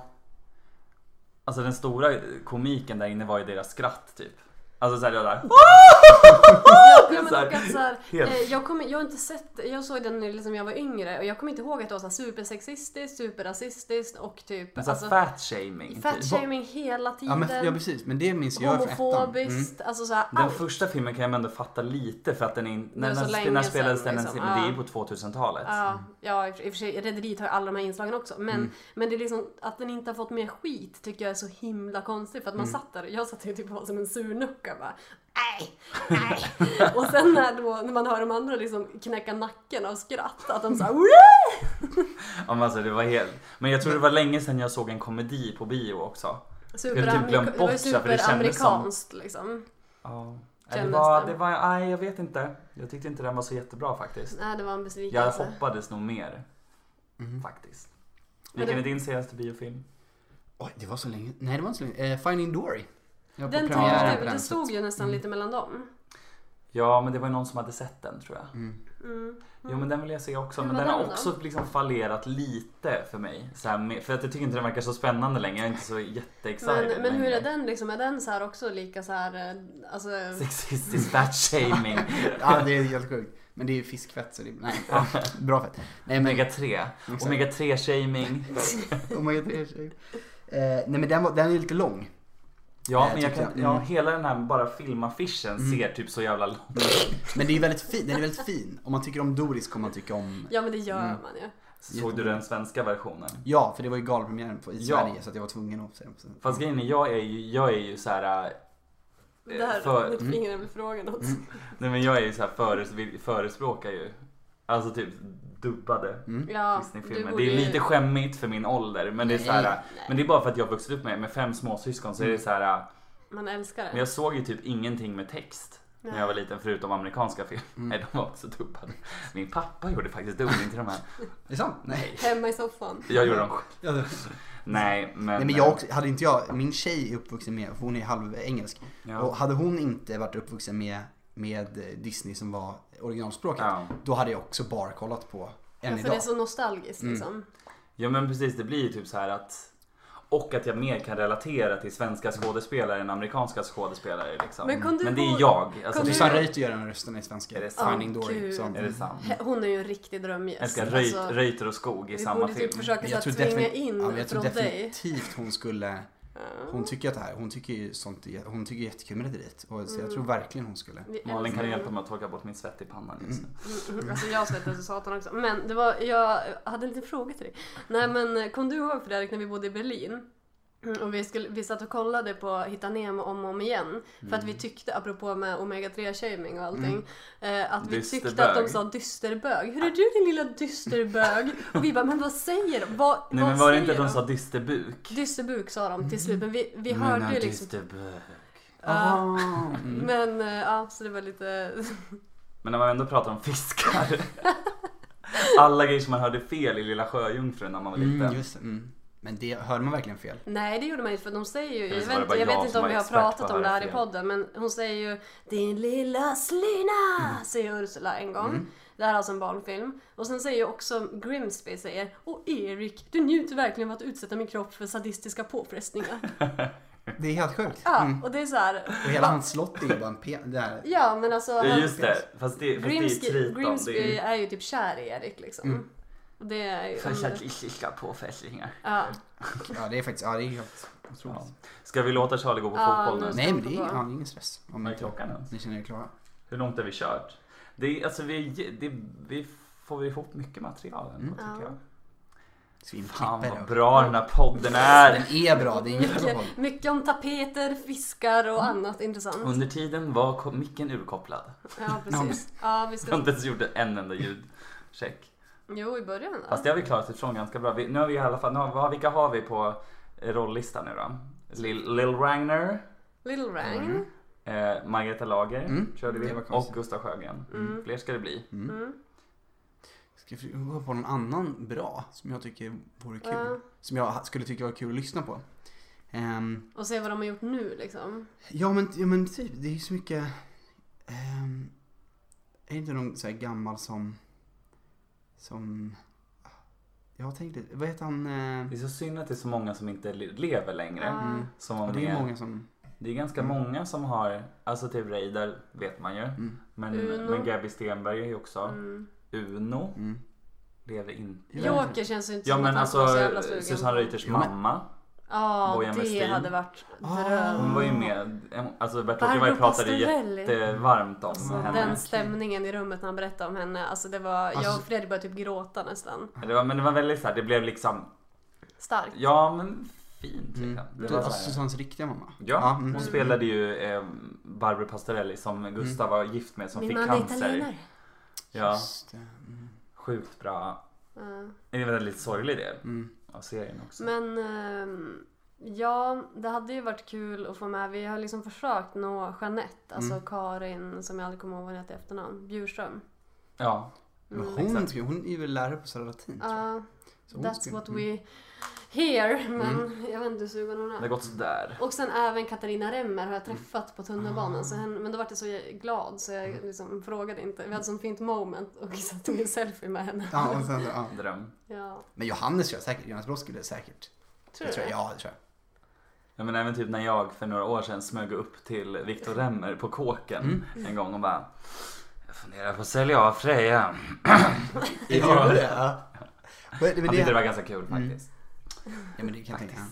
S1: Alltså den stora komiken där inne var ju deras skratt typ. Alltså såhär, jag där...
S2: Ja, men
S1: Så här,
S2: och att så här,
S1: helt-
S2: eh, jag, kommer, jag har inte sett, jag såg den när liksom jag var yngre och jag kommer inte ihåg att det var så här supersexistiskt, superrasistiskt och typ
S1: Alltså,
S2: alltså,
S1: fat-shaming. typ.
S2: fatshaming hela tiden.
S3: Ja, men, ja precis. Men det minns jag från ettan. Mm.
S2: homofobiskt, alltså så här,
S1: Den
S2: allt.
S1: första filmen kan jag ändå fatta lite för att den är... När,
S2: var så
S1: när,
S2: länge
S1: när spelades
S2: sedan,
S1: den ens
S2: liksom.
S1: in? Men det är
S2: Ja.
S1: ju på 2000-talet.
S2: Ja, ja, i och för i och för sig, Rederiet har ju alla de här inslagen också. Men, men det är liksom att den inte har fått mer skit tycker jag är så himla konstigt. För att man satt där, jag satt ju typ och var som en surnucka bara. Nej, nej. och sen när, då, när man hör de andra liksom knäcka nacken av skratt. Att de såhär
S1: Ja, men, alltså, det var helt... men jag tror det var länge sedan jag såg en komedi på bio också.
S2: Superamerika-
S1: glömt
S2: det var ju
S1: bort, så här, för det kändes som-
S2: superamerikanskt liksom.
S1: Ja. Nej, Det
S2: Kändes
S1: var,
S2: det.
S1: det var, nej, jag vet inte. Jag tyckte inte den var så jättebra faktiskt.
S2: Nej, det var en
S1: Jag
S2: besvikelse.
S1: hoppades nog mer. Faktiskt.
S2: Men
S1: Vilken
S2: det-
S1: är din senaste biofilm?
S3: Oj, det var så länge. Nej, det var inte så länge. Eh, Finding Dory. Jag var på
S2: Den tog
S3: premiären
S1: premiär
S2: du,
S3: på
S2: du
S3: den, så
S2: såg ju nästan lite mellan dem.
S1: Ja, men det var ju någon som hade sett den tror jag.
S2: Mm.
S1: Jo, men den vill jag se också.
S2: Hur
S1: Men
S2: var
S1: den har
S2: den då?
S1: också liksom fallerat lite för mig. Så här, med- för att jag tycker inte den verkar så spännande längre. Jag är inte så jätteexcited
S2: Men, men hur
S1: längre.
S2: är den liksom? Är den så här också lika så här, eh, alltså...
S1: Sexistisk fatshaming.
S3: Ja, det är helt sjukt. Men det är ju fiskfett så det Nej, ja, bra fett. Nej, men,
S1: Omega 3. Omega 3 shaming.
S3: omega 3 eh, Nej, men den, var, den är lite lång.
S1: Ja,
S3: Eh,
S1: men jag
S3: tycker
S1: kan,
S3: jag.
S1: ja,
S3: Mm.
S1: hela den här bara filmaffischen ser typ så jävla lång
S3: Men det är ju väldigt fin. Den är väldigt fin. Om man tycker om Doris kommer man tycka om...
S2: Ja men det gör
S3: Mm.
S2: man ju.
S1: Såg du den svenska versionen?
S3: Ja, för det var ju galpremiären på- i
S1: Ja.
S3: Sverige så att jag var tvungen att se den. Så-
S1: Fast grejen är, jag är ju, jag är ju så här. äh, eh,
S2: Där
S1: för- Mm.
S2: mitt finger är väl frågan också.
S1: Nej men jag är ju så här föres, vill- förespråkar ju Alltså typ dubbade
S3: Mm.
S2: Ja, du
S1: Disney-filmer.
S2: borde
S1: Det är
S2: ju-
S1: lite skämmigt för min ålder men det är så här,
S3: Nej.
S1: Men det är bara för att jag har vuxit upp med, med fem småsyskon så är
S2: Mm.
S1: det så här.
S2: Man älskar
S1: Men
S2: det.
S1: jag såg ju typ ingenting med text när jag var liten förutom amerikanska filmer.
S3: Mm.
S1: Nej de var också dubbade. Min pappa gjorde faktiskt dubbning till de här.
S3: Är det sant? Nej.
S2: Hemma i soffan.
S1: Jag gjorde dem själv.
S3: Ja, det-
S1: Nej men.
S3: Nej men jag också, hade inte jag, min tjej är uppvuxen med, för hon är halvengelsk.
S1: eh, Ja.
S3: Och hade hon inte varit uppvuxen med, med eh, Disney som var originalspråket,
S1: Ja.
S3: då hade jag också bara kollat på än
S2: Ja, för
S3: idag. Mm.
S2: det är så nostalgiskt liksom.
S1: Ja men precis, det blir ju typ så här att och att jag mer kan relatera till svenska skådespelare än amerikanska skådespelare liksom.
S2: Men kom du
S1: det är
S2: ihåg-
S1: jag. Alltså,
S2: kom
S1: det,
S3: Susanne Reuter gör den här rösten i svenska.
S1: Är det sant?
S3: Finding Dory.
S2: Gud.
S1: är det
S3: Som,
S1: sant?
S2: He- Hon är ju en riktig drömgäst.
S1: Jag älskar
S2: Alltså,
S1: Reuter, Reuter och Skog i
S2: Vi
S1: samma
S2: borde
S1: film.
S2: typ försöka
S3: Men
S2: så här,
S3: jag tror,
S2: tvinga
S3: defini-
S2: in
S3: ja, men jag tror
S2: från dig.
S3: definitivt hon skulle hon tycker att det här, hon tycker ju sånt, är- hon tycker jättekul med rederiet. Och Så jag
S2: Mm.
S3: tror verkligen hon skulle.
S2: Vi
S1: Malin
S2: älskar
S1: kan du hjälpa
S2: henne.
S1: mig att torka bort min svett i pannan just nu.
S2: Mm, Alltså jag svettas så satan också. Men det var, jag hade en liten fråga till dig. Nej men kom du ihåg Fredrik när vi bodde i Berlin? Mm, Och vi, skulle, vi satt och kollade på Hitta Nemo om och om igen. För att
S1: Mm.
S2: vi tyckte, apropå med omega 3 shaming och allting, eh, att vi tyckte att de
S1: Mm. Dysterbög.
S2: sa dysterbög. Hur är du din lilla dysterbög? Och vi bara, men vad säger de? Vad,
S1: Nej
S2: vad
S1: men var det
S2: säger
S1: inte att de
S2: de?
S1: sa dysterbuk?
S2: Dysterbuk sa de till slut, men vi, vi
S1: Men
S2: hörde
S1: han
S2: ju liksom...
S1: dysterbuk.
S3: Ah,
S2: Men eh, ja, så det var lite...
S1: Men när man ändå pratar om fiskar. Alla grejer som man hörde fel i Lilla Sjöjungfrun när man var liten.
S3: mm, just det. Mm. Men det, hörde man verkligen fel?
S2: Nej det gjorde man inte för de säger ju,
S1: Eller
S2: jag
S1: så var det
S2: vet,
S1: bara
S2: jag
S1: jag
S2: vet
S1: som
S2: inte om
S1: var
S2: vi har
S1: expert på att
S2: pratat om det
S1: höra
S2: här i
S1: fel.
S2: podden men hon säger ju Din lilla slina
S1: Mm.
S2: säger Ursula en gång. Det här är alltså en barnfilm. Och sen säger ju också Grimsby säger Och Erik, du njuter verkligen av att utsätta min kropp för sadistiska påfrestningar.
S3: Det är helt sjukt.
S2: ja,
S1: Mm.
S2: och det är så här.
S3: Och hela hans slott är ju bara en pe- det här.
S2: Ja men alltså
S1: Ja
S2: han-
S1: just det, fast det, fast det är Mm. ju
S2: Grimsby,
S1: Triton.
S2: Grimsby
S1: Det är
S2: är ju typ kär i Erik liksom. Och det är ju...
S1: för saddistiska påfrestningar.
S2: Ja.
S3: Ja det är faktiskt, ja det är helt otroligt.
S1: Ja. Ska vi låta Charlie gå på
S2: Ja,
S1: fotboll nu?
S2: nu-
S3: Nej men det är,
S2: Bra.
S3: ja, det är ingen stress. Om
S1: Vad är
S3: inte
S1: klockan ens?
S3: ni känner er klara.
S1: Hur långt har vi kört? Det är, alltså vi, det, vi får ihop mycket material ändå
S3: Mm.
S1: tycker
S2: Ja.
S1: jag.
S3: Ska vi in och
S1: Fan
S3: klippa
S1: vad
S3: det då?
S1: bra den här podden är! Mm.
S3: Den är bra, det är en jättebra podd.
S2: Mycket, mycket om tapeter, fiskar och annat intressant.
S1: Under tiden var ko- micken urkopplad.
S2: Ja, precis. Ja, vi
S1: Jag har
S2: ska...
S1: inte ens gjort en enda ljudcheck.
S2: Jo, i början där.
S1: Fast det har vi klarat ifrån ganska bra. Vi, nu har vi i alla fall, nu har, vad- vilka har vi på rollistan nu då? Lil, Lil Ragnar,
S2: Little Rang.
S3: Mm.
S1: eh, Margareta Lager
S3: Mm,
S1: körde vi
S3: det var
S1: och
S3: konstigt.
S1: Gustav Sjögren.
S2: Mm.
S1: Fler ska det bli.
S3: Mm.
S2: Mm.
S3: Ska vi gå på någon annan bra som jag tycker vore kul?
S2: Ja.
S3: Som jag skulle tycka var kul att lyssna på. Ehm,
S2: Och se vad de har gjort nu liksom.
S3: ja, men, ja men typ, det är ju så mycket. ehm, är det inte någon så här gammal som, som, jag har tänkt lite, vad heter han? eh,
S1: Det är så synd att det är så många som inte le- lever längre.
S2: Ja.
S3: Mm.
S1: Som var
S3: Ja, det är
S1: med.
S3: många som,
S1: det är ganska
S3: Mm.
S1: många som har, alltså typ Reidar vet man ju.
S3: mm,
S1: Men,
S2: Uno.
S1: men Gabby Stenberg är ju också.
S2: Mm.
S1: Uno
S3: mm.
S1: lever inte.
S2: Joker känns ju inte
S1: Ja
S2: som
S1: men
S2: att han skulle
S1: alltså
S2: vara så jävla sugen.
S1: Susanne Reuters
S3: Jo, men-
S1: mamma.
S2: Ja,
S1: Bojan
S2: det
S1: Westin.
S2: hade varit
S3: Ah.
S1: Hon
S2: dröm.
S1: var ju med. Alltså Bertolt
S2: Barbro
S1: Öberg pratade
S2: Pastorelli.
S1: jättevarmt om
S2: Alltså,
S1: henne.
S2: den stämningen i rummet när han berättade om henne. Alltså det var, jag och
S3: Alltså-
S2: Fredrik började typ gråta nästan.
S1: Det var, men det var väldigt såhär, det blev liksom,
S2: Starkt.
S1: ja men fint liksom.
S3: Mm.
S1: Det
S3: Du,
S1: var
S3: alltså
S1: såhär,
S3: Susannes riktiga mamma?
S1: ja,
S3: mm.
S1: hon spelade ju eh, Barbro Pastorelli som Gustav var gift med som
S2: Min
S1: fick
S2: man är
S1: cancer.
S2: italienare.
S1: Ja,
S3: Just det. Mm.
S1: sjukt bra.
S2: Ja.
S1: Det är en väldigt sorglig del
S3: Mm.
S1: av serien också.
S2: Men ehm, ja, det hade ju varit kul att få med. Vi har liksom försökt nå Jeanette, alltså
S3: Mm.
S2: Karin som jag aldrig kommer ihåg vad hon heter i efternamn, Bjurström.
S1: Ja,
S3: Men
S2: Mm.
S3: hon,
S1: Exakt.
S3: skrev- hon är ju väl lärare på Södra Latin tror jag.
S2: Ja,
S3: Så hon
S2: that's
S3: skrev-
S2: what
S3: mm.
S2: we hear, men jag vet inte hur sugen hon
S1: det
S2: är.
S1: har gått sådär.
S2: Och sen även Katarina Remmer har jag
S3: Mm.
S2: träffat på tunnelbanan.
S3: Ah.
S2: Så henne, men då vart jag så glad så jag
S3: Mm.
S2: liksom frågade inte. Vi hade sånt fint moment och så tog en selfie med henne.
S3: Ja, och sen, så- ja.
S1: Dröm.
S2: Ja,
S3: Men Johannes gör säkert, Johannes Brosk skulle säkert.
S2: tror
S3: Det
S2: du
S3: tror jag,
S2: det?
S3: ja det tror jag.
S1: Ja, men även typ när jag för några år sedan smög upp till Viktor Remmer på kåken
S2: Mm.
S1: en gång och bara Jag funderar på att sälja av Freja.
S3: Ja, det, ja. Men, men
S1: Han tyckte det var
S3: det,
S1: ganska kul
S2: Mm.
S1: faktiskt.
S3: ja men det kan jag tänka mig.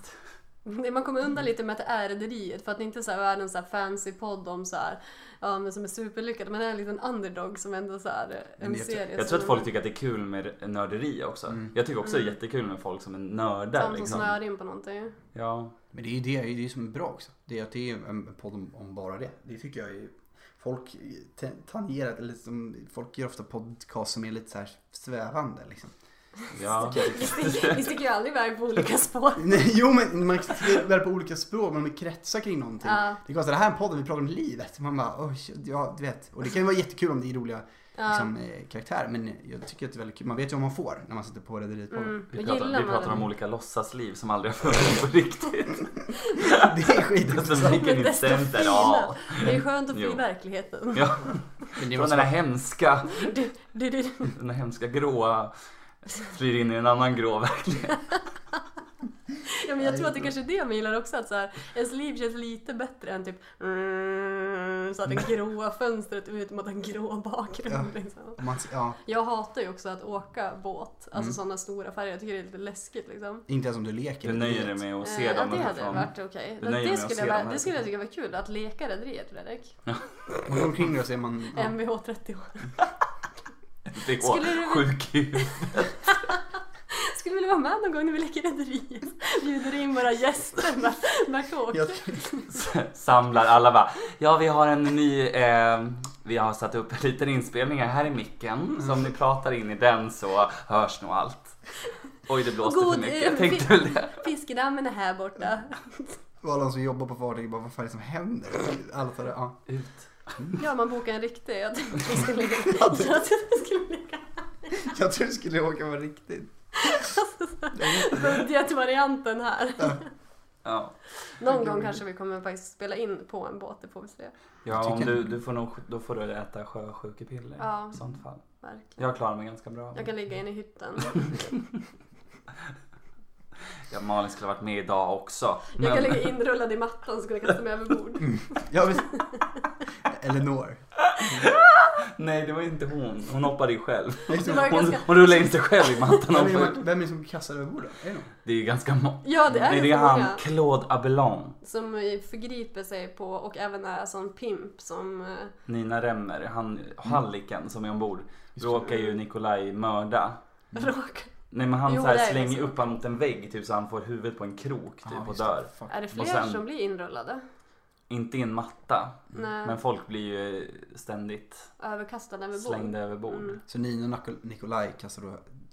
S2: Det- Man kommer undan lite med att det är rederiet för att det inte så här världens så här fancy podd om så här, ja, men som är superlyckad men det är liksom en liten underdog som ändå så här,
S3: Men
S2: en
S3: jag tror-
S2: serie
S1: Jag tror att folk tycker att det är kul med nörderi också. Jag tycker också det är jättekul med folk som är nördar
S2: Mm. som
S1: liksom.
S2: snöar in på någonting.
S1: Ja.
S3: Men det är ju det, det, är ju som är bra också. Det är att det är en podd om, om bara det. Det tycker jag är Folk te- tangerar, eller som, folk gör ofta podcast som är lite så här svävande liksom.
S1: ja.
S2: Vi sticker ju aldrig iväg på olika spår.
S3: Nej, jo men man skriver på olika språk, men man kretsar kring någonting.
S2: Ja.
S3: Det är konstigt, det här är en podd där vi pratar om livet. Man bara, oj, ja du vet. Och det kan ju vara jättekul om det är roliga liksom, eh, karaktärer. Men jag tycker att det är väldigt kul. Man vet ju vad man får när man sitter på Rederipodden.
S2: Mm.
S1: Vi
S2: Men
S1: pratar,
S2: gillar
S1: vi
S2: man
S1: pratar
S2: det?
S1: om olika låtsasliv som aldrig har funnits på riktigt.
S3: Det är
S1: Så
S3: skitintressant.
S1: vilken
S2: Men desto
S1: incident är
S2: fina.
S1: ja.
S2: Det är skönt att
S1: Jo.
S2: bli verkligheten.
S1: ja.
S3: Men det
S1: Från den
S3: måste,
S1: här hemska,
S2: Du, du, du.
S1: den här hemska gråa flyr in i en annan grå verklighet.
S2: Ja, men jag tror att det kanske är det man gillar också, att så här, ens liv känns lite bättre än typ mm, så att det gråa fönstret ut mot en grå bakgrund. Liksom.
S3: man, ja,
S2: Jag hatar ju också att åka båt, alltså sådana stora färger. Jag tycker det är lite läskigt liksom.
S3: inte ens om du leker.
S1: Du nöjer dig med att se
S2: Eh, ja,
S1: dem
S2: det hade
S1: underifrån.
S2: varit okej.
S1: Du nöjer dig
S2: Det,
S1: med att
S2: skulle
S1: se
S2: jag
S1: dem
S2: vara-
S1: här.
S2: det skulle jag tycka var kul, att leka rederiet Fredrik.
S3: Man går omkring och så är man... Ja.
S2: MVH 30 år.
S1: Det går
S2: Skulle du-
S1: sjuk ut.
S2: Skulle du vilja vara med någon gång när vi leker rederiet? Bjuder in våra gäster med, med kåk.
S3: Jag,
S1: Samlar alla bara. Ja, vi har en ny, eh, vi har satt upp en liten inspelning här. Här är
S2: Mm.
S1: micken. Så om ni pratar in i den så hörs nog allt. Oj, det blåste
S2: God,
S1: för mycket.
S2: eh,
S1: Jag tänkte väl det.
S2: Fiskedammen är här borta.
S3: var alla som jobbar på fartyg bara, vad fan är det som händer? Alla tar det, ja.
S1: Ut.
S2: Ja, man bokar en riktig. Jag tänkte att vi skulle leka. Jag
S1: typ.
S2: tänkte att vi skulle leka
S3: Jag tror det skulle åka på riktigt.
S2: budgetvarianten här.
S1: Ja,
S2: Någon gång kanske vi kommer faktiskt spela in på en båt, det får vi se.
S1: ja om
S3: tycker-
S1: du, du får nog, då får du äta sjösjukepiller
S2: Ja.
S1: i sånt fall.
S2: Verkligen.
S1: Jag klarar mig ganska bra.
S2: Jag kan ligga inne i hytten.
S1: Ja, Malin skulle ha varit med idag också.
S2: Jag
S1: Men-
S2: kan lägga inrullad i mattan så kan jag kasta mig över bord.
S3: Ja, visst. Eleanor.
S1: Nej, det var inte hon. Hon hoppade ju själv.
S2: Det
S1: Hon,
S2: var ganska...
S1: hon rullade in sig själv i mattan.
S3: Vem är,
S1: Hon-
S3: det- vem är det som kastar över bordet? Är det någon?
S1: Det är ju ganska må-
S2: Ja, det
S1: Det
S2: är
S1: är det
S2: ganska
S1: han,
S2: många
S1: Claude Abelon.
S2: som förgriper sig på och även är som pimp som... eh,
S1: Nina Remmer, han, halliken som är ombord.
S3: Mm. Just det.
S1: Råkar ju Nikolaj mörda. Mm.
S2: Råkar...
S1: Nej men han
S2: Jo,
S1: så här
S2: det är
S1: slänger
S2: det.
S1: upp honom mot en vägg typ så han får huvudet på en krok typ
S3: Ja,
S1: och
S3: just det.
S1: dör.
S3: Fuck.
S2: Är det fler
S1: Och sen-
S2: som blir inrullade?
S1: Inte i en matta.
S2: Nej,
S1: Men folk blir ju ständigt
S2: överkastade över bord.
S1: slängda över bord.
S2: Mm.
S3: Så Nina och Nicol- Nikolaj kastar då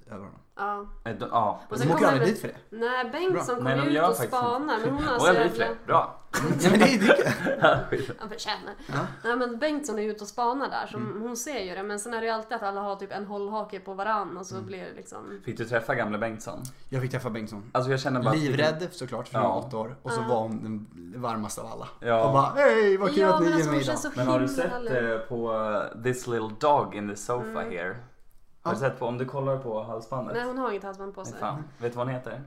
S3: över honom.
S2: Ja.
S1: Eh, de- Ja.
S2: Och
S3: De
S2: sen
S3: åker
S2: kommer
S3: aldrig
S2: väl-
S3: dit för det.
S2: Nej,
S3: Bra.
S2: Bengtsson
S1: Nej,
S2: kommer
S1: de
S2: ut
S1: gör
S2: och
S1: faktiskt inte.
S2: spanar. Men hon har
S1: Och
S2: så
S1: jag blir
S2: jävla...
S1: Bra.
S3: Nej men det är ju
S2: Han förtjänar.
S3: Ja.
S2: Nej men Bengtsson är ute och spanar där. Så
S3: Mm.
S2: Hon ser ju det. Men sen är det ju alltid att alla har typ en hållhake på varann och så
S3: Mm.
S2: blir det liksom...
S1: Fick du träffa gamle Bengtsson?
S3: Jag fick träffa Bengtsson.
S1: Alltså jag känner bara...
S3: Livrädd såklart för hon
S1: Ja.
S3: var åtta år. Och så
S2: Ja.
S3: var hon den varmaste av alla.
S1: Ja.
S3: Och bara hej vad kul
S2: ja,
S3: att ni
S2: men alltså,
S3: är
S2: hon
S3: med idag.
S2: känns så
S1: Men har du
S2: himla
S1: sett
S2: härlig. Mm.
S1: eh, på eh, This little dog in the sofa here? Har du sett på, om du kollar på halsbandet?
S2: Nej, hon har inget halsband på
S1: Nej,
S2: sig.
S1: fan. Vet du vad han heter?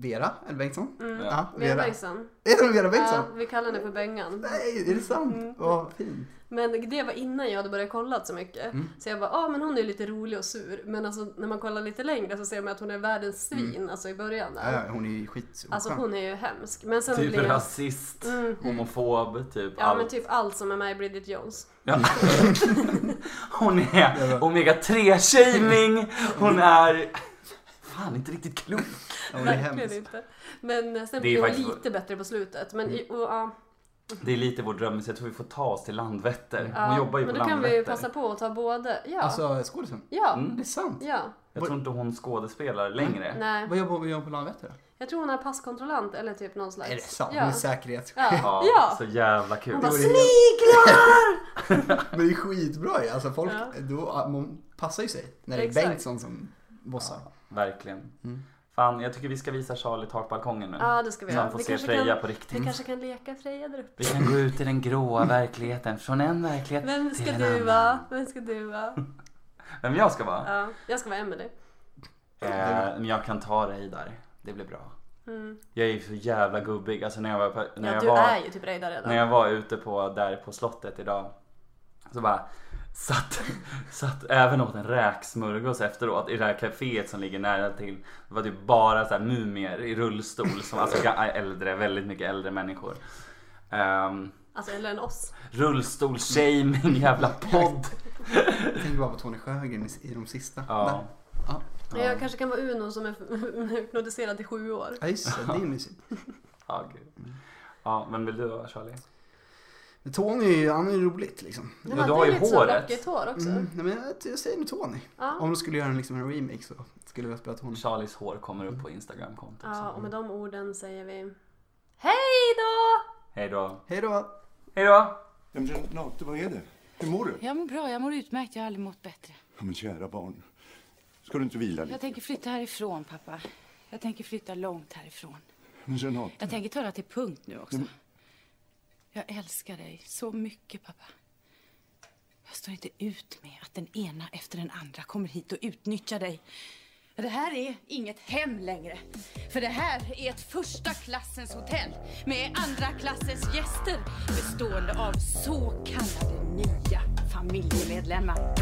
S3: Vera eller Bengtsson?
S2: Mm.
S1: Ja.
S3: Ja,
S2: Vera
S3: Vera.
S2: Bengtsson.
S3: Är det Vera
S2: Ja, Mm.
S3: Bengtsson?
S2: vi kallar henne för Bengan.
S3: Nej, är det sant? Vad fint.
S2: Men det var innan jag hade börjat kolla så mycket.
S3: Mm.
S2: Så jag bara, ja ah, men hon är lite rolig och sur. Men alltså när man kollar lite längre så ser man att hon är världens svin, alltså i början där.
S3: Mm. Ja, ja, hon är ju skit.
S2: Alltså hon är ju hemsk. Men sen
S1: Typ
S2: blir jag...
S1: rasist,
S2: Mm.
S1: homofob, typ
S2: Ja
S1: allt.
S2: men typ allt som är med i Bridget Jones.
S1: Ja. Hon är omega 3 tjejning, hon är... Fan, inte riktigt klok.
S3: Ja, hon är
S2: Verkligen
S3: hemsk.
S2: inte. Men eh, sen
S1: Det är
S2: blir hon
S1: faktiskt- Mm.
S2: lite bättre på slutet. Men i, och, ja,
S1: Det är lite vår dröm, så jag tror vi får ta oss till Landvetter. Hon
S2: ja.
S1: jobbar ju
S2: Men
S1: på
S2: då kan vi ju
S1: Landvetter.
S2: passa på att ta både. Ja.
S3: Alltså skådisen.
S2: ja.
S1: Mm.
S3: Det är sant.
S2: Ja.
S1: Jag tror inte hon skådespelar längre.
S2: Nej.
S3: Vad jobbar vad gör hon på Landvetter då?
S2: Jag tror hon är passkontrollant eller typ någon slags.
S3: Är det sant? Hon
S2: Ja.
S3: är säkerhet.
S2: Ja.
S1: Ja,
S2: ja.
S1: Så jävla kul.
S2: Hon bara
S3: Det var det-
S2: sniglar!
S3: Men det är skitbra ju. Alltså folk,
S2: Ja.
S3: då, man passar ju sig. När det är
S2: Exakt.
S3: Bengtsson som bossar.
S1: Verkligen. Fan, jag tycker vi ska visa Charlie takbalkongen nu.
S2: Ja det ska vi
S1: Så
S2: göra.
S1: han får
S2: Vi
S1: se
S2: kanske
S1: Freja Mm.
S2: kan,
S1: på riktigt.
S2: vi kanske kan leka Freja där uppe.
S1: Vi kan gå ut i den gråa verkligheten, från en verklighet
S2: Vem ska
S1: till en
S2: du
S1: annan.
S2: vara? Vem ska du vara?
S1: Vem jag ska vara?
S2: Ja, jag ska vara Emily.
S1: Eh, men jag kan ta dig där. Det blir bra. Jag är ju så jävla gubbig. Alltså när jag var, på- när
S2: Mm. Ja
S1: jag
S2: du
S1: var,
S2: är ju typ Reidar redan.
S1: när jag var ute på, där på slottet idag. Så bara satt, satt även åt en räksmörgås efteråt i det här kaféet som ligger nära till. Det var typ bara så här mumier i rullstol. Som, alltså ga- äldre, väldigt mycket äldre människor. Um,
S2: Alltså eller en oss.
S1: Rullstolsshaming, jävla podd.
S3: Tänk bara på Tony Sjögren i- i de sista.
S1: Ja.
S3: Där. Ja.
S2: Men jag kanske kan vara Uno som är hypnotiserad i sju år.
S3: Ja just det, det är mysigt.
S1: Ja, gud. Ja, vem vill du vara Charlie?
S3: Men Tony är ju, han är ju roligt liksom.
S2: Men
S1: Ja, du
S2: hade
S1: har ju
S2: lite så
S1: håret.
S2: lockigt hår också.
S3: Mm, nej, men jag, jag säger med Tony.
S2: Ja.
S3: Om de skulle göra en, liksom, en remake så skulle jag spela Tony.
S1: Charlies hår kommer upp på Instagram-kontot.
S2: ja, och med de orden säger vi Hej då!
S1: Hej då.
S3: Hej då!
S1: Hej då!
S4: Ja, men Renate, vad är det? Hur mår du?
S5: Jag mår bra, jag mår utmärkt. Jag har aldrig mått bättre.
S4: Ja, men kära barn, ska du inte vila
S5: Jag
S4: lite?
S5: tänker flytta härifrån, pappa. Jag tänker flytta långt härifrån.
S4: Men Renate,
S5: Jag tänker ta det till punkt nu också. Jag älskar dig så mycket, pappa. Jag står inte ut med att den ena efter den andra kommer hit och utnyttjar dig. Det här är inget hem längre. För det här är ett första klassens hotell med andra klassens gäster bestående av så kallade nya familjemedlemmar.